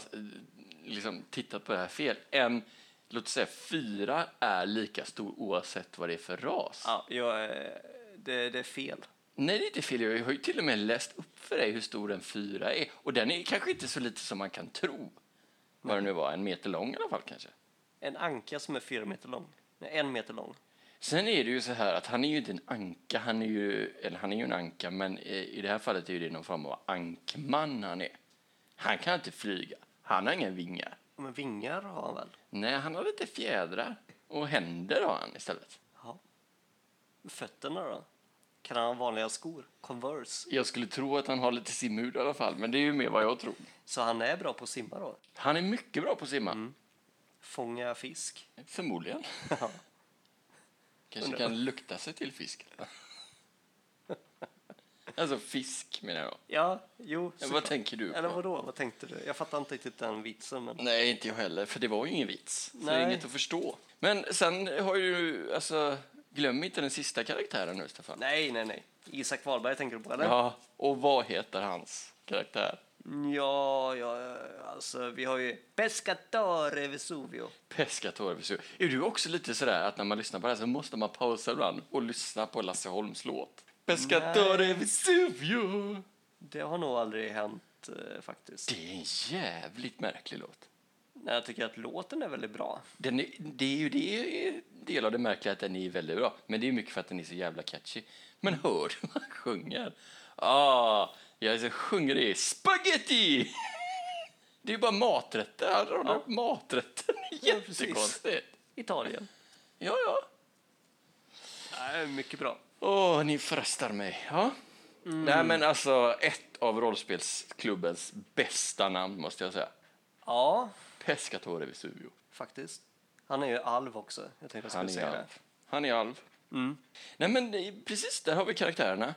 [SPEAKER 1] liksom tittat på det här fel. En, låt säga fyra är lika stor oavsett vad det är för ras.
[SPEAKER 2] ja, jag, är- det, det är fel.
[SPEAKER 1] Nej, det är inte fel. Jag har ju till och med läst upp för dig hur stor en fyra är. Och den är kanske inte så liten som man kan tro. Vad det nu var, en meter lång i alla fall kanske.
[SPEAKER 2] En anka som är fyra meter lång. Nej, en meter lång.
[SPEAKER 1] Sen är det ju så här att han är ju inte en anka, han är ju, eller han är ju en anka, men eh, i det här fallet är ju det någon form av ankman han är. Han kan inte flyga, han har inga vingar.
[SPEAKER 2] Men vingar har han väl?
[SPEAKER 1] Nej, han har lite fjädrar och händer har han istället.
[SPEAKER 2] Ja. Fötterna då? Kan han ha vanliga skor? Converse?
[SPEAKER 1] Jag skulle tro att han har lite simhud i alla fall, men det är ju mer vad jag tror.
[SPEAKER 2] Så han är bra på att simma då?
[SPEAKER 1] Han är mycket bra på att simma,
[SPEAKER 2] Mm. Fånga fisk?
[SPEAKER 1] förmodligen.
[SPEAKER 2] Ja.
[SPEAKER 1] Kanske
[SPEAKER 2] Undrar.
[SPEAKER 1] kan lukta sig till fisk. alltså fisk menar jag.
[SPEAKER 2] Ja, jo.
[SPEAKER 1] Men
[SPEAKER 2] såklart.
[SPEAKER 1] vad tänker du
[SPEAKER 2] Eller
[SPEAKER 1] på?
[SPEAKER 2] vadå, vad tänkte du? Jag fattar inte riktigt den vitsen. Men...
[SPEAKER 1] Nej, inte jag heller, för det var ju ingen vits. Så det
[SPEAKER 2] Nej.
[SPEAKER 1] är inget att förstå. Men sen har ju, alltså, glöm inte den sista karaktären nu, Stefan.
[SPEAKER 2] Nej, nej, nej. Isak Wahlberg tänker du på, eller?
[SPEAKER 1] Ja, och vad heter hans karaktär?
[SPEAKER 2] ja, ja, alltså vi har ju Pescatore Vesuvio.
[SPEAKER 1] Pescatore Vesuvio. Är du också lite sådär att när man lyssnar på det här så måste man pausa ibland och lyssna på Lasse Holms låt? Pescatore
[SPEAKER 2] Nej.
[SPEAKER 1] Vesuvio!
[SPEAKER 2] Det har nog aldrig hänt eh, faktiskt.
[SPEAKER 1] Det är en jävligt märklig låt.
[SPEAKER 2] Nej, jag tycker att låten är väldigt bra.
[SPEAKER 1] Den är, det är ju det är del av det märkliga att den är väldigt bra. Men det är mycket för att den är så jävla catchy. Men hör du vad han sjunger? Ah, jag är så hungrig. Spaghetti! Det är ju bara maträtter. Han radar upp maträtter. Det är
[SPEAKER 2] Ja, precis.
[SPEAKER 1] Jättekonstigt.
[SPEAKER 2] Italien.
[SPEAKER 1] Ja, ja.
[SPEAKER 2] Nej, mycket bra.
[SPEAKER 1] Åh, ni frestar mig. Ja. Nej, men alltså ett av rollspelsklubbens bästa namn måste jag säga.
[SPEAKER 2] Ja,
[SPEAKER 1] Pescatore Vesuvio.
[SPEAKER 2] faktiskt. Han är ju alv också. Jag tänkte jag skulle
[SPEAKER 1] Han är
[SPEAKER 2] säga
[SPEAKER 1] alv. Mm.
[SPEAKER 2] det.
[SPEAKER 1] Han är alv. Nej, men det är- precis, där har vi karaktärerna.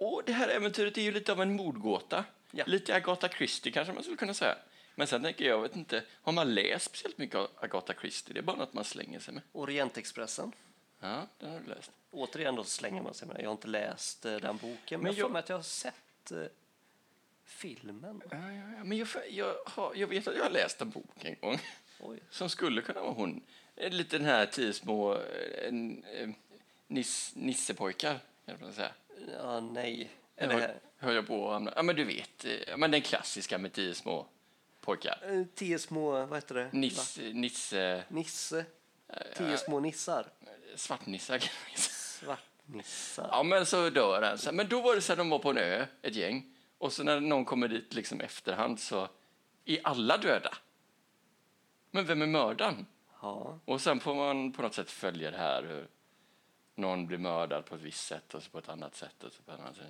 [SPEAKER 1] Och det här äventyret är ju lite av en mordgåta.
[SPEAKER 2] Ja.
[SPEAKER 1] Lite Agatha Christie kanske man skulle kunna säga. Men sen tänker jag, jag vet inte, har man läst speciellt mycket av Agatha Christie? Det är bara något man slänger sig med.
[SPEAKER 2] Orientexpressen.
[SPEAKER 1] Ja, den har du läst.
[SPEAKER 2] Återigen då så slänger man sig med det. Jag har inte läst eh, den boken, men,
[SPEAKER 1] Men
[SPEAKER 2] jag får
[SPEAKER 1] jag-
[SPEAKER 2] med att jag har sett eh, filmen.
[SPEAKER 1] Ja, ja, ja. Men jag, jag, har, jag vet att jag har läst en bok en gång.
[SPEAKER 2] Oj.
[SPEAKER 1] Som skulle kunna vara hon. Eh, Lite den här tio små eh, en, eh, nis, nissepojkar, kan man säga.
[SPEAKER 2] Ja, nej.
[SPEAKER 1] Jag
[SPEAKER 2] Är det
[SPEAKER 1] höll,
[SPEAKER 2] här?
[SPEAKER 1] höll jag på att hamna... Ja, men du vet. eh, Men den klassiska med tio små pojkar. eh,
[SPEAKER 2] Eh, Tio små, vad heter det? Va?
[SPEAKER 1] Nisse... Nisse
[SPEAKER 2] Nisse. Tio små nissar.
[SPEAKER 1] svartnissar. kan man säga.
[SPEAKER 2] Svartnissar.
[SPEAKER 1] ja, men så dör han. Så- Men då var det så här, de var på en ö, ett gäng. Och så när någon kommer dit liksom efterhand så är alla döda. Men vem är mördaren?
[SPEAKER 2] Ja.
[SPEAKER 1] Och sen får man på något sätt följa det här hur någon blir mördad på ett visst sätt och så på ett annat sätt och så på ett annat sätt.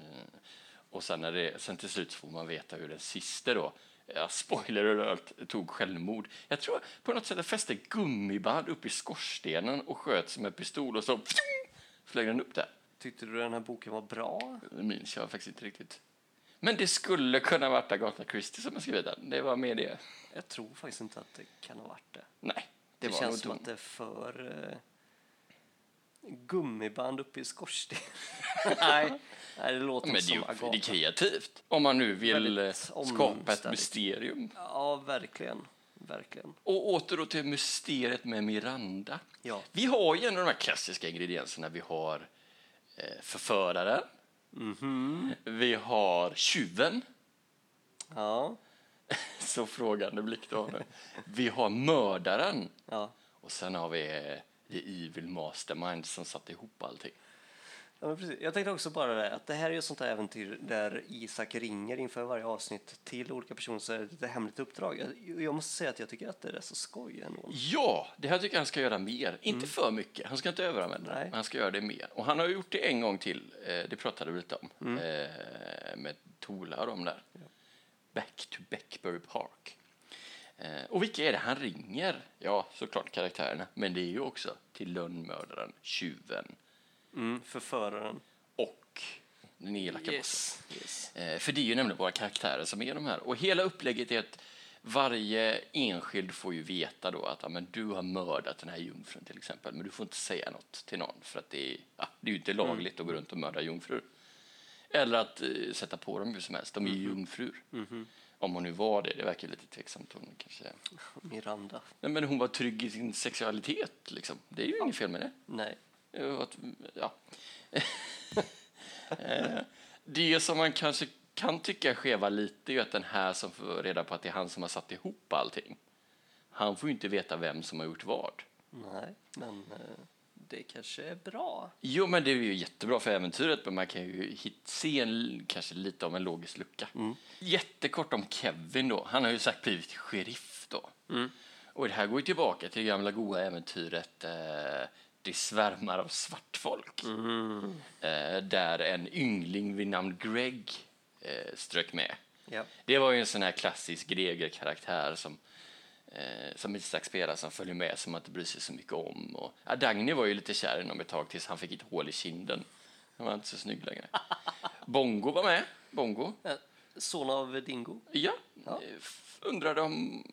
[SPEAKER 1] Och sen, när det, sen till slut så får man veta hur den sista då, ja, spoiler alert, tog självmord. Jag tror på något sätt att fäste gummiband upp i skorstenen och sköts med pistol och så pjong, flög den upp där.
[SPEAKER 2] Tyckte du den här boken var bra?
[SPEAKER 1] Det minns jag faktiskt inte riktigt. Men det skulle kunna varit Agatha Christie som har skrivit den. Det var med det.
[SPEAKER 2] Jag tror faktiskt inte att det kan ha varit det.
[SPEAKER 1] Nej, det, var
[SPEAKER 2] Det,
[SPEAKER 1] nog
[SPEAKER 2] känns
[SPEAKER 1] inte
[SPEAKER 2] som
[SPEAKER 1] hon.
[SPEAKER 2] att det är för... eh, gummiband uppe i skorstenen.
[SPEAKER 1] Nej.
[SPEAKER 2] Nej, det låter
[SPEAKER 1] Men det
[SPEAKER 2] inte
[SPEAKER 1] är ju
[SPEAKER 2] som
[SPEAKER 1] det är
[SPEAKER 2] Agatha.
[SPEAKER 1] kreativt. Om man nu vill eh,
[SPEAKER 2] Väldigt
[SPEAKER 1] skapa ett
[SPEAKER 2] omständigt.
[SPEAKER 1] mysterium.
[SPEAKER 2] Ja, verkligen. Verkligen.
[SPEAKER 1] Och åter då till mysteriet med Miranda.
[SPEAKER 2] Ja.
[SPEAKER 1] Vi har ju en av de här klassiska ingredienserna. Vi har eh, förföraren. Mhm. Vi har tjuven.
[SPEAKER 2] Ja,
[SPEAKER 1] Så frågande blick du har nu. Vi har mördaren.
[SPEAKER 2] ja.
[SPEAKER 1] Och sen har vi eh, the evil mastermind som satte ihop allting.
[SPEAKER 2] Ja, men precis. Jag tänkte också bara det, att det här är ju ett sånt här äventyr där Isak ringer inför varje avsnitt till olika personer så är det ett hemligt uppdrag. Jag, jag måste säga att jag tycker att det är så skoj ändå.
[SPEAKER 1] Ja, det här tycker jag han ska göra mer. Inte för mycket, han ska inte överanvända det,
[SPEAKER 2] Mm. Nej.
[SPEAKER 1] men han ska göra det mer. Och han har gjort det en gång till, eh, det pratade vi lite om,
[SPEAKER 2] Mm.
[SPEAKER 1] eh, med Tola och de där. Back to Beckbury Park. Eh, och vilka är det han ringer? Ja, såklart karaktärerna, men det är ju också till lönnmördaren, tjuven
[SPEAKER 2] Mm, förföraren.
[SPEAKER 1] och den elaka bossen.
[SPEAKER 2] yes.
[SPEAKER 1] Eh, För det är ju nämligen våra karaktärer som är de här. Och hela upplägget är att varje enskild får ju veta då att ja, men du har mördat den här jungfrun till exempel. Men du får inte säga något till någon för att det är, ja, det är ju inte lagligt att gå runt och mörda jungfrur. Eller att eh, sätta på dem hur som helst. De är ju jungfrur. Om hon nu var det, det verkar ju lite tveksamt. Hon kanske...
[SPEAKER 2] Miranda.
[SPEAKER 1] Nej, men hon var trygg i sin sexualitet liksom. Det är ju inget fel med det.
[SPEAKER 2] Nej.
[SPEAKER 1] Eh, Att, ja. Eh, det som man kanske kan tycka skevar lite är ju att den här som får reda på att det är han som har satt ihop allting. Han får ju inte veta vem som har gjort vad.
[SPEAKER 2] Nej, men eh, det kanske är bra.
[SPEAKER 1] Jo, men det är ju jättebra för äventyret, men man kan ju hit, se en, kanske lite om en logisk lucka. Jättekort om Kevin då. Han har ju sagt blivit sheriff då. Och det här går ju tillbaka till det gamla goa äventyret eh, Det svärmar av svartfolk. Eh, där en yngling vid namn Greg eh, strök med.
[SPEAKER 2] Ja.
[SPEAKER 1] Det var ju en sån här klassisk greger-karaktär som, eh, som Isak spelar som följer med som man inte bryr sig så mycket om. Och, ja, Dagny var ju lite kär i honom ett tag tills han fick ett hål i kinden. Han var inte så snygg längre. Bongo var med. Bongo.
[SPEAKER 2] Eh, Son av Dingo.
[SPEAKER 1] Ja.
[SPEAKER 2] Ja.
[SPEAKER 1] Eh, f- Undrade om,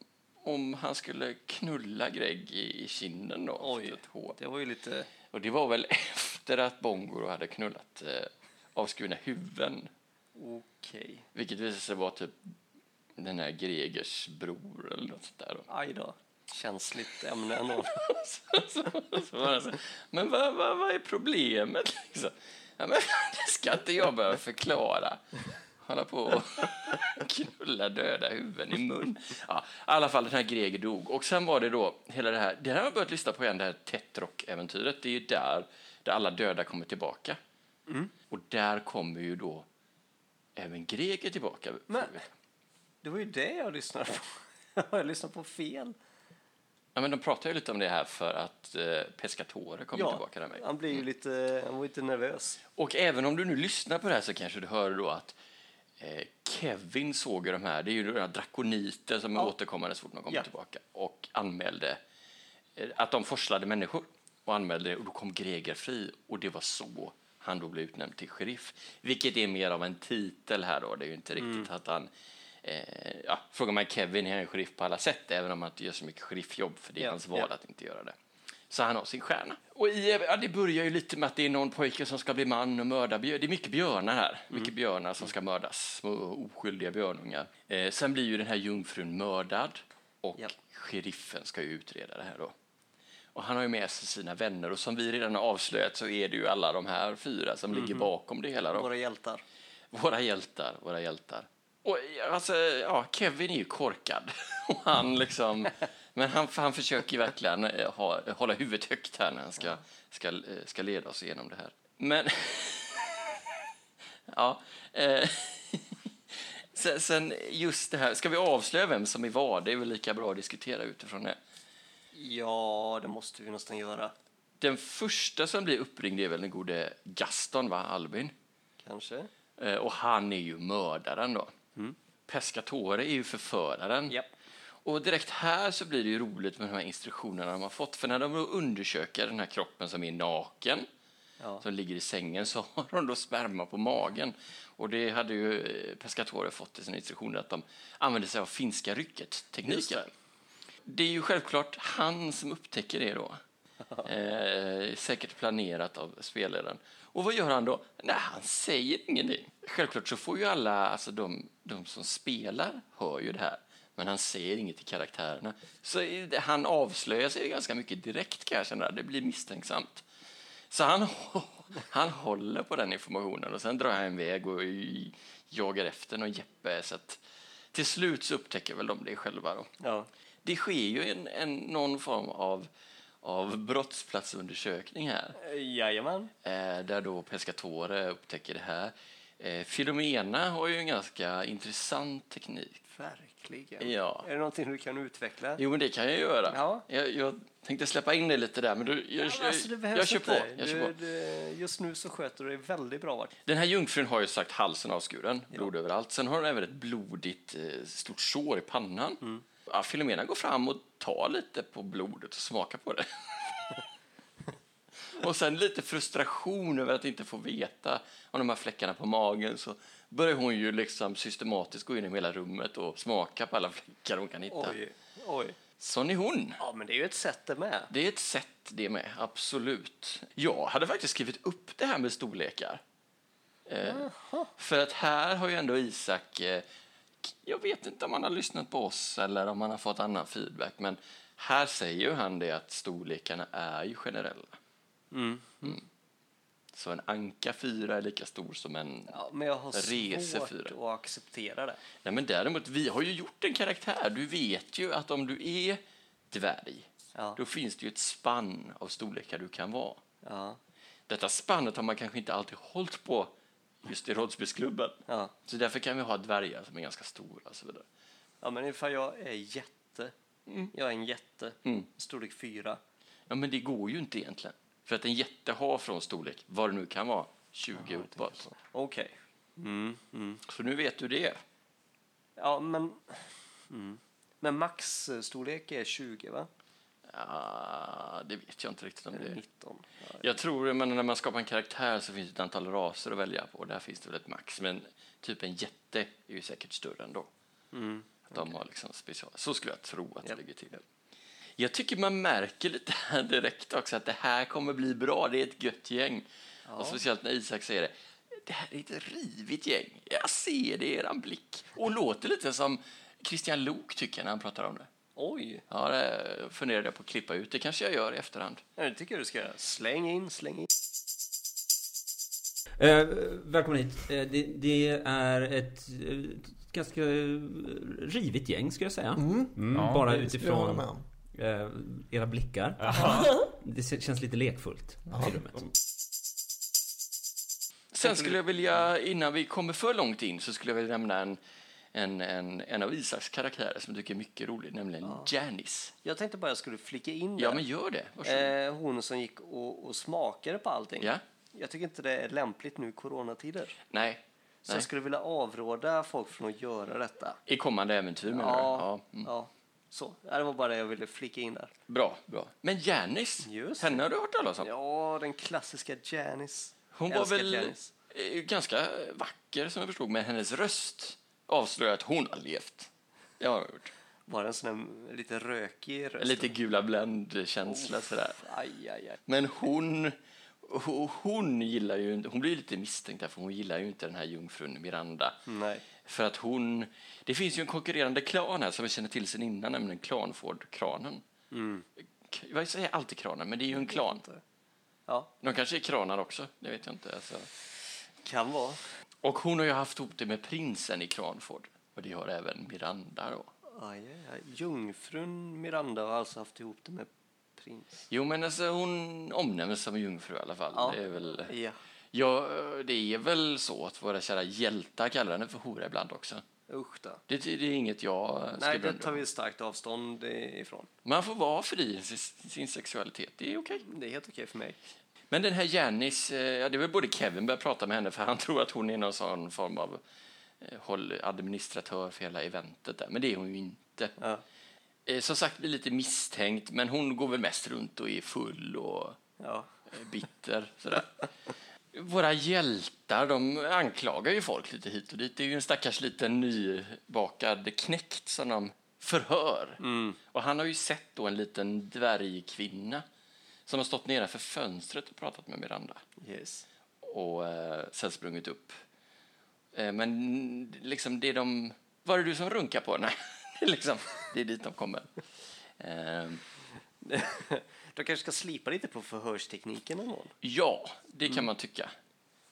[SPEAKER 1] om han skulle knulla Greg i, i kinden då.
[SPEAKER 2] Oj.
[SPEAKER 1] efter Ett hål.
[SPEAKER 2] Det var ju lite...
[SPEAKER 1] Och det var väl efter att Bongo då hade knullat eh, avskurna huvuden.
[SPEAKER 2] Okej.
[SPEAKER 1] Vilket visade sig vara typ den här Gregers bror eller något sånt där. Då.
[SPEAKER 2] Aj då. Känsligt ämne ändå.
[SPEAKER 1] så, så, så var det så. Men vad, vad, vad är problemet? Liksom? Ja, men, det ska inte jag behöva förklara. Hålla på och knulla döda huvuden i mun. Ja, I alla fall, den här Greger dog. Och sen var det då hela det här, det här har jag börjat lyssna på igen, det här Tetrock-äventyret. Det är ju där, där alla döda kommer tillbaka. Och där kommer ju då även Greger tillbaka.
[SPEAKER 2] Men- Det var ju det jag lyssnade på. Jag lyssnade på fel.
[SPEAKER 1] Ja, men de pratar ju lite om det här för att eh, Pescatore kommer tillbaka Mm. den vägen.
[SPEAKER 2] han blir ju lite, han var lite nervös.
[SPEAKER 1] Och även om du nu lyssnar på det här så kanske du hör då att eh, Kevin såg ju de här, det är ju de här drakoniter som är
[SPEAKER 2] Ja.
[SPEAKER 1] återkommande så fort man kommer
[SPEAKER 2] Ja.
[SPEAKER 1] tillbaka och anmälde eh, att de forslade människor och anmälde det och då kom Greger fri och det var så han då blev utnämnd till sheriff. Vilket är mer av en titel här då, det är ju inte riktigt
[SPEAKER 2] Mm.
[SPEAKER 1] att han eh, ja, frågar man Kevin är han sheriff på alla sätt, även om han inte gör så mycket sheriffjobb för det är
[SPEAKER 2] Ja,
[SPEAKER 1] hans
[SPEAKER 2] ja.
[SPEAKER 1] val att inte göra det. Så han har sin stjärna. Och i, ja, det börjar ju lite med att det är någon pojke som ska bli man och mörda björn. Det är mycket björnar här. Mycket björnar som ska mördas. Små oskyldiga björnungar. Eh, sen blir ju den här jungfrun mördad och
[SPEAKER 2] Ja.
[SPEAKER 1] sheriffen ska ju utreda det här då. Och han har ju med sig sina vänner och som vi redan har avslöjat så är det ju alla de här fyra som ligger bakom det hela då.
[SPEAKER 2] Våra hjältar.
[SPEAKER 1] Våra hjältar, våra hjältar. Och alltså, ja, Kevin är ju korkad. Och han liksom, men han, han försöker ju verkligen eh, ha, hålla huvudet högt här när han ska, ska, eh, ska leda oss igenom det här. Men... ja. Eh, sen, sen just det här, ska vi avslöja vem som är vad? Det är väl lika bra att diskutera utifrån det.
[SPEAKER 2] Ja, det måste vi nästan göra.
[SPEAKER 1] Den första som blir uppringd är väl den gode Gaston, va? Albin?
[SPEAKER 2] Kanske.
[SPEAKER 1] Eh, Och han är ju mördaren då. Pescatore är ju förföraren.
[SPEAKER 2] Japp.
[SPEAKER 1] Och direkt här så blir det ju roligt med de här instruktionerna de har fått. För när de då undersöker den här kroppen som är naken,
[SPEAKER 2] Ja.
[SPEAKER 1] som ligger i sängen, så har de då sperma på magen. Och det hade ju eh, Pescatore fått i sina instruktioner att de använde sig av finska rycket-tekniken. Det är ju självklart han som upptäcker det då. Eh, säkert planerat av spelaren. Och vad gör han då? Nej, han säger ingenting. Självklart så får ju alla, alltså de, de som spelar, hör ju det här. Men han säger inget till karaktärerna. Så i- han avslöjar sig ju ganska mycket direkt kan jag känna. Det blir misstänksamt. Så han, hå- han håller på den informationen och sen drar han iväg och i- jagar efter någon Jeppe. Så att till slut så upptäcker väl de det själva då.
[SPEAKER 2] Ja.
[SPEAKER 1] Det sker ju en, en, någon form av, av brottsplatsundersökning här
[SPEAKER 2] Jajamän.
[SPEAKER 1] eh, där då Pescatore upptäcker det här. Eh, Filomena har ju en ganska intressant teknik.
[SPEAKER 2] Verkligen.
[SPEAKER 1] Ja.
[SPEAKER 2] Är det någonting du kan utveckla?
[SPEAKER 1] Jo, men det kan jag göra.
[SPEAKER 2] Ja.
[SPEAKER 1] Jag, jag tänkte släppa in dig lite där, men du, jag,
[SPEAKER 2] Ja, men alltså, det
[SPEAKER 1] jag,
[SPEAKER 2] behövs
[SPEAKER 1] jag, kör, på,
[SPEAKER 2] inte.
[SPEAKER 1] jag kör
[SPEAKER 2] du,
[SPEAKER 1] på.
[SPEAKER 2] Du, just nu så sköter du dig väldigt bra. Vart.
[SPEAKER 1] Den här jungfrun har ju sagt halsen avskuren, blod överallt. Sen har hon även ett blodigt eh, stort sår i pannan. Ja, Filomena går fram och tar lite på blodet och smakar på det. och sen lite frustration över att inte få veta om de här fläckarna på magen så börjar hon ju liksom systematiskt gå in i hela rummet och smaka på alla fläckar hon kan hitta.
[SPEAKER 2] Oj, oj.
[SPEAKER 1] Sån är hon.
[SPEAKER 2] Ja, men det är ju ett sätt det med.
[SPEAKER 1] Det är ett sätt det med, absolut. Jag hade faktiskt skrivit upp det här med storlekar. Eh, för att här har ju ändå Isak... Eh, k- jag vet inte om han har lyssnat på oss eller om han har fått annan feedback men här säger ju han det att storlekarna är ju generella.
[SPEAKER 2] Mm.
[SPEAKER 1] Så en anka 4 är lika stor som en...
[SPEAKER 2] Ja, men jag har
[SPEAKER 1] Rese
[SPEAKER 2] svårt
[SPEAKER 1] fyra.
[SPEAKER 2] att acceptera det.
[SPEAKER 1] Nej, men däremot, vi har ju gjort en karaktär. Du vet ju att om du är dvärg
[SPEAKER 2] Ja.
[SPEAKER 1] då finns det ju ett spann av storlekar du kan vara.
[SPEAKER 2] Ja.
[SPEAKER 1] Detta spannet har man kanske inte alltid hållit på just i Rådspelsklubben.
[SPEAKER 2] Ja.
[SPEAKER 1] Så därför kan vi ha dvärgar som är ganska stora och så vidare.
[SPEAKER 2] ja, men ifall jag är jätte. Jag är en jätte.
[SPEAKER 1] Mm.
[SPEAKER 2] Storlek fyra.
[SPEAKER 1] Ja, men det går ju inte egentligen. För att en jätte har från storlek, vad det nu kan vara, 20 uppåt.
[SPEAKER 2] Okej. Mm. Mm.
[SPEAKER 1] Så nu vet du det.
[SPEAKER 2] Ja, men... Mm. Men maxstorlek är 20, va?
[SPEAKER 1] Ja, det vet jag inte riktigt om det
[SPEAKER 2] Eller
[SPEAKER 1] är.
[SPEAKER 2] 19. Ja.
[SPEAKER 1] Jag tror, men när man skapar en karaktär så finns det ett antal raser att välja på. Där finns det väl ett max. Men typ en jätte är ju säkert större ändå.
[SPEAKER 2] Mm.
[SPEAKER 1] Att De har liksom special. Så skulle jag tro att det
[SPEAKER 2] Japp.
[SPEAKER 1] ligger till. Jag tycker man märker lite här direkt också att det här kommer bli bra. Det är ett gött gäng. Och speciellt när Isak säger det. Det här är ett rivigt gäng. Jag ser det i eran blick. Och låter lite som Christian Lok tycker när han pratar om det.
[SPEAKER 2] Oj!
[SPEAKER 1] Ja, det funderade jag på att klippa ut. Det kanske jag gör i efterhand.
[SPEAKER 2] Ja, Det tycker jag du ska göra. Släng in, släng in.
[SPEAKER 3] Eh, välkommen hit. Eh, det, det är ett, eh, ett ganska eh, rivigt gäng ska jag säga. Mm,
[SPEAKER 4] Ja,
[SPEAKER 3] bara
[SPEAKER 4] det skulle jag hålla
[SPEAKER 3] utifrån
[SPEAKER 4] med om.
[SPEAKER 3] eh, era blickar. Det se- känns lite lekfullt i rummet.
[SPEAKER 1] Sen skulle jag vilja, innan vi kommer för långt in, så skulle jag vilja nämna en, en, en, en av Isaks karaktärer som jag tycker är mycket rolig, nämligen Janice.
[SPEAKER 2] Jag tänkte bara jag skulle flika in
[SPEAKER 1] Ja,
[SPEAKER 2] där.
[SPEAKER 1] men gör det. Varsågod.
[SPEAKER 2] Eh, hon som gick och, och smakade på allting.
[SPEAKER 1] Ja.
[SPEAKER 2] Jag tycker inte det är lämpligt nu i coronatider.
[SPEAKER 1] Nej.
[SPEAKER 2] Så
[SPEAKER 1] Nej.
[SPEAKER 2] jag skulle vilja avråda folk från att göra detta.
[SPEAKER 1] I kommande äventyr, menar
[SPEAKER 2] Ja,
[SPEAKER 1] du? Ja. Mm.
[SPEAKER 2] ja. Så, Ja, det var bara det jag ville flika in där.
[SPEAKER 1] Bra, bra. Men Janice,
[SPEAKER 2] Just
[SPEAKER 1] henne har du hört talas om?
[SPEAKER 2] Ja, den klassiska Janice.
[SPEAKER 1] Hon var
[SPEAKER 2] Älskar
[SPEAKER 1] väl
[SPEAKER 2] Janice.
[SPEAKER 1] eh, ganska vacker, som jag förstod, men hennes röst avslöjar att hon har levt. Det har hon gjort.
[SPEAKER 2] Var det en sån där lite rökig röst?
[SPEAKER 1] Lite Gula Blend-känsla sådär.
[SPEAKER 2] Aj, aj, aj.
[SPEAKER 1] Men hon, ho- hon gillar ju inte, hon blir lite misstänkt där för hon gillar ju inte den här jungfrun Miranda.
[SPEAKER 2] Nej.
[SPEAKER 1] För att hon, det finns ju en konkurrerande klan här som vi känner till sen innan, nämligen Klanford-kranen.
[SPEAKER 2] Mm.
[SPEAKER 1] K- Jag säger alltid kranen, men det är ju en klan.
[SPEAKER 2] Ja,
[SPEAKER 1] De kanske är kranar också, det vet jag inte. Alltså.
[SPEAKER 2] kan vara.
[SPEAKER 1] Och hon har ju haft ihop det med prinsen i Kranford. Och det har även Miranda då.
[SPEAKER 2] Aj, aj, aj. Jungfrun Miranda har alltså haft ihop det med prins.
[SPEAKER 1] Jo men alltså hon omnämns som jungfru i alla fall.
[SPEAKER 2] Ja.
[SPEAKER 1] Det är väl...
[SPEAKER 2] Ja.
[SPEAKER 1] Ja, det är väl så att våra kära hjältar kallar henne för hora ibland också.
[SPEAKER 2] Usch då.
[SPEAKER 1] Det, det är inget jag eh,
[SPEAKER 2] Nej,
[SPEAKER 1] skriver
[SPEAKER 2] det
[SPEAKER 1] under
[SPEAKER 2] tar
[SPEAKER 1] på.
[SPEAKER 2] vi starkt avstånd ifrån.
[SPEAKER 1] Man får vara fri i sin, sin sexualitet, det är okej.
[SPEAKER 2] Det är helt okej för mig.
[SPEAKER 1] Men den här Janice, eh, ja, det var både Kevin började prata med henne för han tror att hon är någon sån form av eh, håll- administratör för hela eventet där, men det är hon ju inte.
[SPEAKER 2] Ja.
[SPEAKER 1] Eh, Som sagt, blir lite misstänkt, men hon går väl mest runt och är full och
[SPEAKER 2] Ja.
[SPEAKER 1] eh, bitter. Sådär. Våra hjältar de anklagar ju folk lite hit och dit. Det är ju en stackars liten nybakad knekt som de förhör. Och han har ju sett då en liten dvärgkvinna som har stått nere för fönstret och pratat med Miranda
[SPEAKER 2] Yes.
[SPEAKER 1] och eh, sen sprungit upp. Eh, men liksom det de... Var det du som runkar på? Nej, det är liksom, det är dit de kommer. Eh,
[SPEAKER 2] De kanske ska slipa lite på förhörstekniken någon gång.
[SPEAKER 1] ja, det kan man tycka.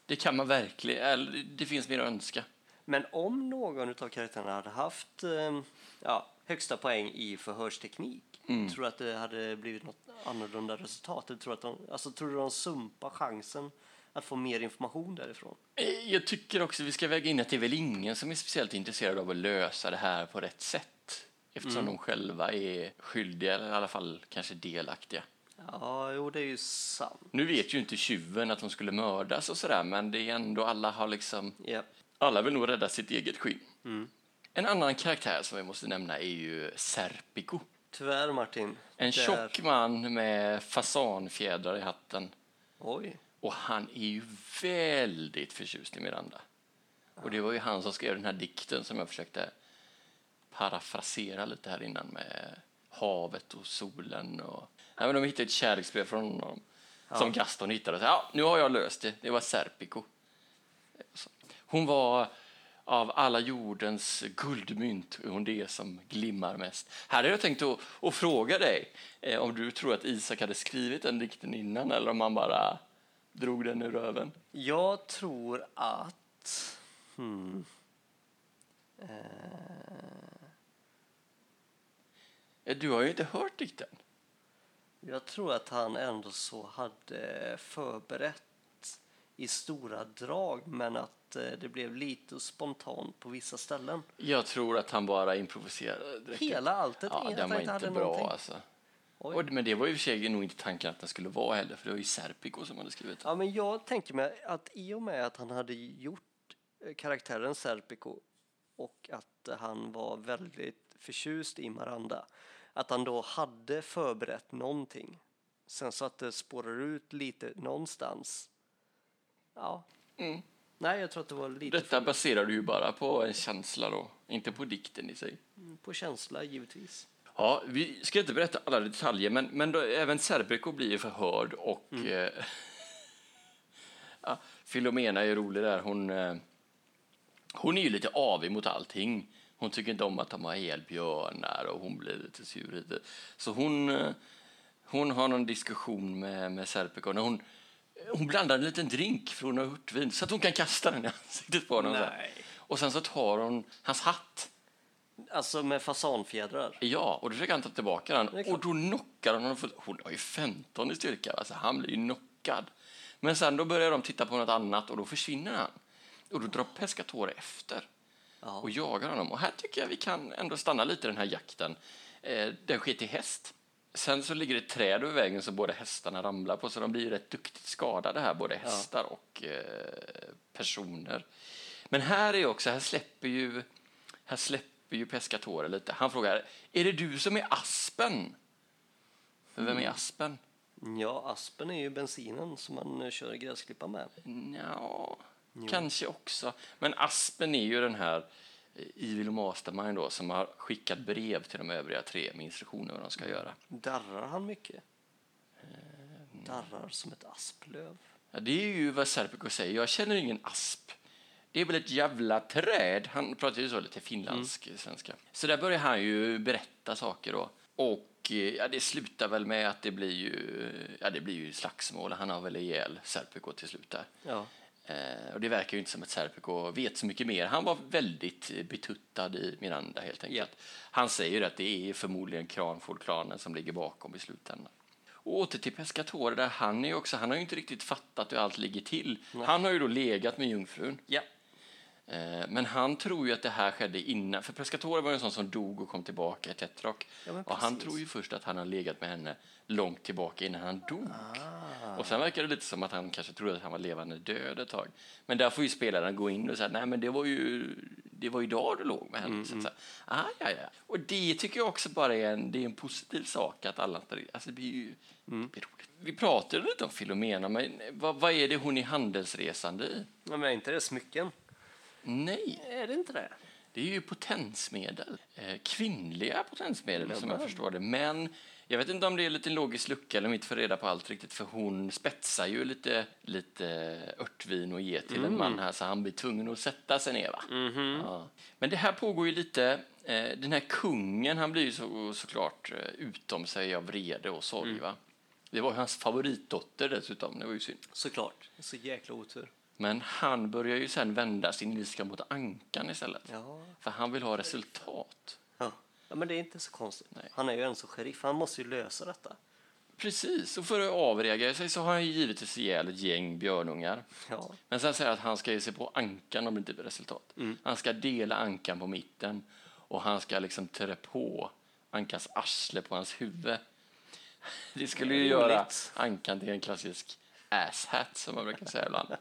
[SPEAKER 1] Det kan man verkligen. Eller, det finns mer att önska.
[SPEAKER 2] Men om någon av karaktärerna hade haft eh, ja, högsta poäng i förhörsteknik tror du att det hade blivit något annorlunda resultat? Eller tror, du att de, alltså, tror du de sumpar chansen att få mer information därifrån?
[SPEAKER 1] Eh, Jag tycker också vi ska väga in att det är väl ingen som är speciellt intresserad av att lösa det här på rätt sätt eftersom de själva är skyldiga eller i alla fall kanske delaktiga.
[SPEAKER 2] Ja, jo, det är ju sant.
[SPEAKER 1] Nu vet ju inte tjuven att de skulle mördas och sådär men det är ändå alla har liksom
[SPEAKER 2] Ja.
[SPEAKER 1] Alla vill nog rädda sitt eget skinn. En annan karaktär som vi måste nämna är ju Serpico.
[SPEAKER 2] Tyvärr, Martin.
[SPEAKER 1] En
[SPEAKER 2] där-
[SPEAKER 1] tjock man med fasanfjädrar i hatten.
[SPEAKER 2] Oj.
[SPEAKER 1] Och han är ju väldigt förtjust i Miranda. Och det var ju han som skrev den här dikten som jag försökte parafrasera lite här innan med havet och solen. Och... Nej, men de hittade ett kärleksbrev från honom som Gaston hittade. Och sa, ja, nu har jag löst det. Det var Serpico. Så. Hon var av alla jordens guldmynt är hon det som glimmar mest. Här hade jag tänkt att, att fråga dig eh, om du tror att Isak hade skrivit den dikten innan eller om han bara drog den ur röven.
[SPEAKER 2] Jag tror att... Hmm. Eh,
[SPEAKER 1] Eh, Du har ju inte hört dikten.
[SPEAKER 2] jag tror att han ändå så hade förberett i stora drag men att eh, det blev lite spontant på vissa ställen.
[SPEAKER 1] Jag tror att han bara improviserade. direkt.
[SPEAKER 2] Hela alltet är
[SPEAKER 1] ja,
[SPEAKER 2] att
[SPEAKER 1] den
[SPEAKER 2] han
[SPEAKER 1] var
[SPEAKER 2] inte hade
[SPEAKER 1] inte
[SPEAKER 2] någonting.
[SPEAKER 1] bra alltså.
[SPEAKER 2] Oj.
[SPEAKER 1] Och, men det var ju i och för sig nog inte tanken att den skulle vara heller för det var ju Serpico som hade skrivit den.
[SPEAKER 2] Ja, men jag tänker mig att i och med att han hade gjort eh, karaktären Serpico och att eh, han var väldigt förtjust i Miranda, att han då hade förberett någonting. Sen så att det spårar ut lite någonstans. Ja.
[SPEAKER 1] Mm.
[SPEAKER 2] Nej, jag tror att det var lite
[SPEAKER 1] Detta baserar du ju bara på en känsla då, inte på dikten i sig.
[SPEAKER 2] för- på känsla givetvis.
[SPEAKER 1] Ja, vi ska inte berätta alla detaljer, men, men då, även Serpico blir ju förhörd och... Eh, ja, Filomena är ju rolig där. Hon, eh, hon är ju lite avig mot allting. Hon tycker inte om att de har ihjäl björnar och hon blir lite sur lite. Så hon, eh, hon har någon diskussion med, med Serpico. När hon, hon blandar en liten drink från hon har hurtvin så att hon kan kasta den i ansiktet på honom. så här.
[SPEAKER 2] Nej.
[SPEAKER 1] Och sen så tar hon hans hatt.
[SPEAKER 2] Alltså med fasanfjädrar.
[SPEAKER 1] Ja, och då försöker han ta tillbaka den.
[SPEAKER 2] Det är klart.
[SPEAKER 1] Och då knockar hon honom. För, hon har ju 15 i styrka, alltså han blir ju knockad. Men sen då börjar de titta på något annat och då försvinner han. Och då drar Pescatore efter
[SPEAKER 2] Ja.
[SPEAKER 1] och jagar honom. Och här tycker jag vi kan ändå stanna lite i den här jakten. Eh, den sker till häst. Sen så ligger det ett träd över vägen som båda hästarna ramlar på så de blir ju rätt duktigt skadade här, både hästar och eh, personer. Men här är också, här släpper ju, här släpper ju Pescatore lite. Han frågar, är det du som är aspen? För Vem är aspen?
[SPEAKER 2] Ja, aspen är ju bensinen som man eh, kör gräsklippan med.
[SPEAKER 1] Nja, kanske också. Men Aspen är ju den här eh, evil mastermind då, som har skickat brev till de övriga tre med instruktioner vad de ska göra.
[SPEAKER 2] Darrar han mycket? Darrar som ett asplöv.
[SPEAKER 1] Ja, det är ju vad Serpico säger. Jag känner ingen asp. Det är väl ett jävla träd. Han pratar ju så lite finländsk svenska. Så där börjar han ju berätta saker då. Och eh, ja, det slutar väl med att det blir ju, ja, det blir ju slagsmål. Han har väl ihjäl Serpico till slut där.
[SPEAKER 2] Ja.
[SPEAKER 1] Eh, och det verkar ju inte som att Serpico vet så mycket mer. Han var väldigt eh, betuttad i Miranda helt enkelt. Han säger att det är förmodligen Kranford-klanen som ligger bakom i slutändan. Och åter till Pescatore där han är ju också, han har ju inte riktigt fattat hur allt ligger till. Han har ju då legat med jungfrun.
[SPEAKER 2] ja.
[SPEAKER 1] Eh, men han tror ju att det här skedde innan, för Pescatore var ju en sån som dog och kom tillbaka i Tetrock.
[SPEAKER 2] Ja, men
[SPEAKER 1] och han
[SPEAKER 2] precis.
[SPEAKER 1] tror ju först att han har legat med henne långt tillbaka innan han dog.
[SPEAKER 2] Ah.
[SPEAKER 1] Och sen verkar det lite som att han kanske trodde att han var levande död ett tag. Men där får ju spelaren gå in och säga, nej men det var ju, det var ju idag du låg med henne. så att säga. Ah, ja, ja. Och det tycker jag också bara är en, det är en positiv sak att alla, alltså det blir ju det blir roligt. Vi pratade lite om Filomena, men vad, vad är det hon är handelsresande i?
[SPEAKER 2] Men är inte det smycken?
[SPEAKER 1] Nej.
[SPEAKER 2] Är det inte det?
[SPEAKER 1] Det är ju potensmedel. Eh, Kvinnliga potensmedel, som jag förstår det. Men jag vet inte om det är lite logisk lucka eller om vi inte får reda på allt riktigt. För hon spetsar ju lite, lite örtvin och ge till en man här så han blir tvungen att sätta sig ner. Va? Ja. Men det här pågår ju lite. eh, Den här kungen, han blir ju så, såklart eh, utom sig av vrede och sorg. Va? Det var ju hans favoritdotter dessutom. Det var ju synd.
[SPEAKER 2] Såklart. Så jäkla otur.
[SPEAKER 1] Men han börjar ju sen vända sin ilska mot ankan istället.
[SPEAKER 2] Ja.
[SPEAKER 1] För han vill ha resultat.
[SPEAKER 2] Ja. ja, men det är inte så konstigt.
[SPEAKER 1] Nej.
[SPEAKER 2] Han är ju en så sheriff. Han måste ju lösa detta.
[SPEAKER 1] Precis, och för att avreagera sig så har han ju givetvis ihjäl ett gäng björnungar.
[SPEAKER 2] Ja.
[SPEAKER 1] Men sen säger han att han ska ge sig på ankan om det inte blir resultat.
[SPEAKER 2] Mm.
[SPEAKER 1] Han ska dela ankan på mitten och han ska liksom trä på ankans arsle på hans huvud. Det skulle ju
[SPEAKER 2] Det är
[SPEAKER 1] göra
[SPEAKER 2] roligt.
[SPEAKER 1] ankan till en klassisk asshat som man brukar säga ibland.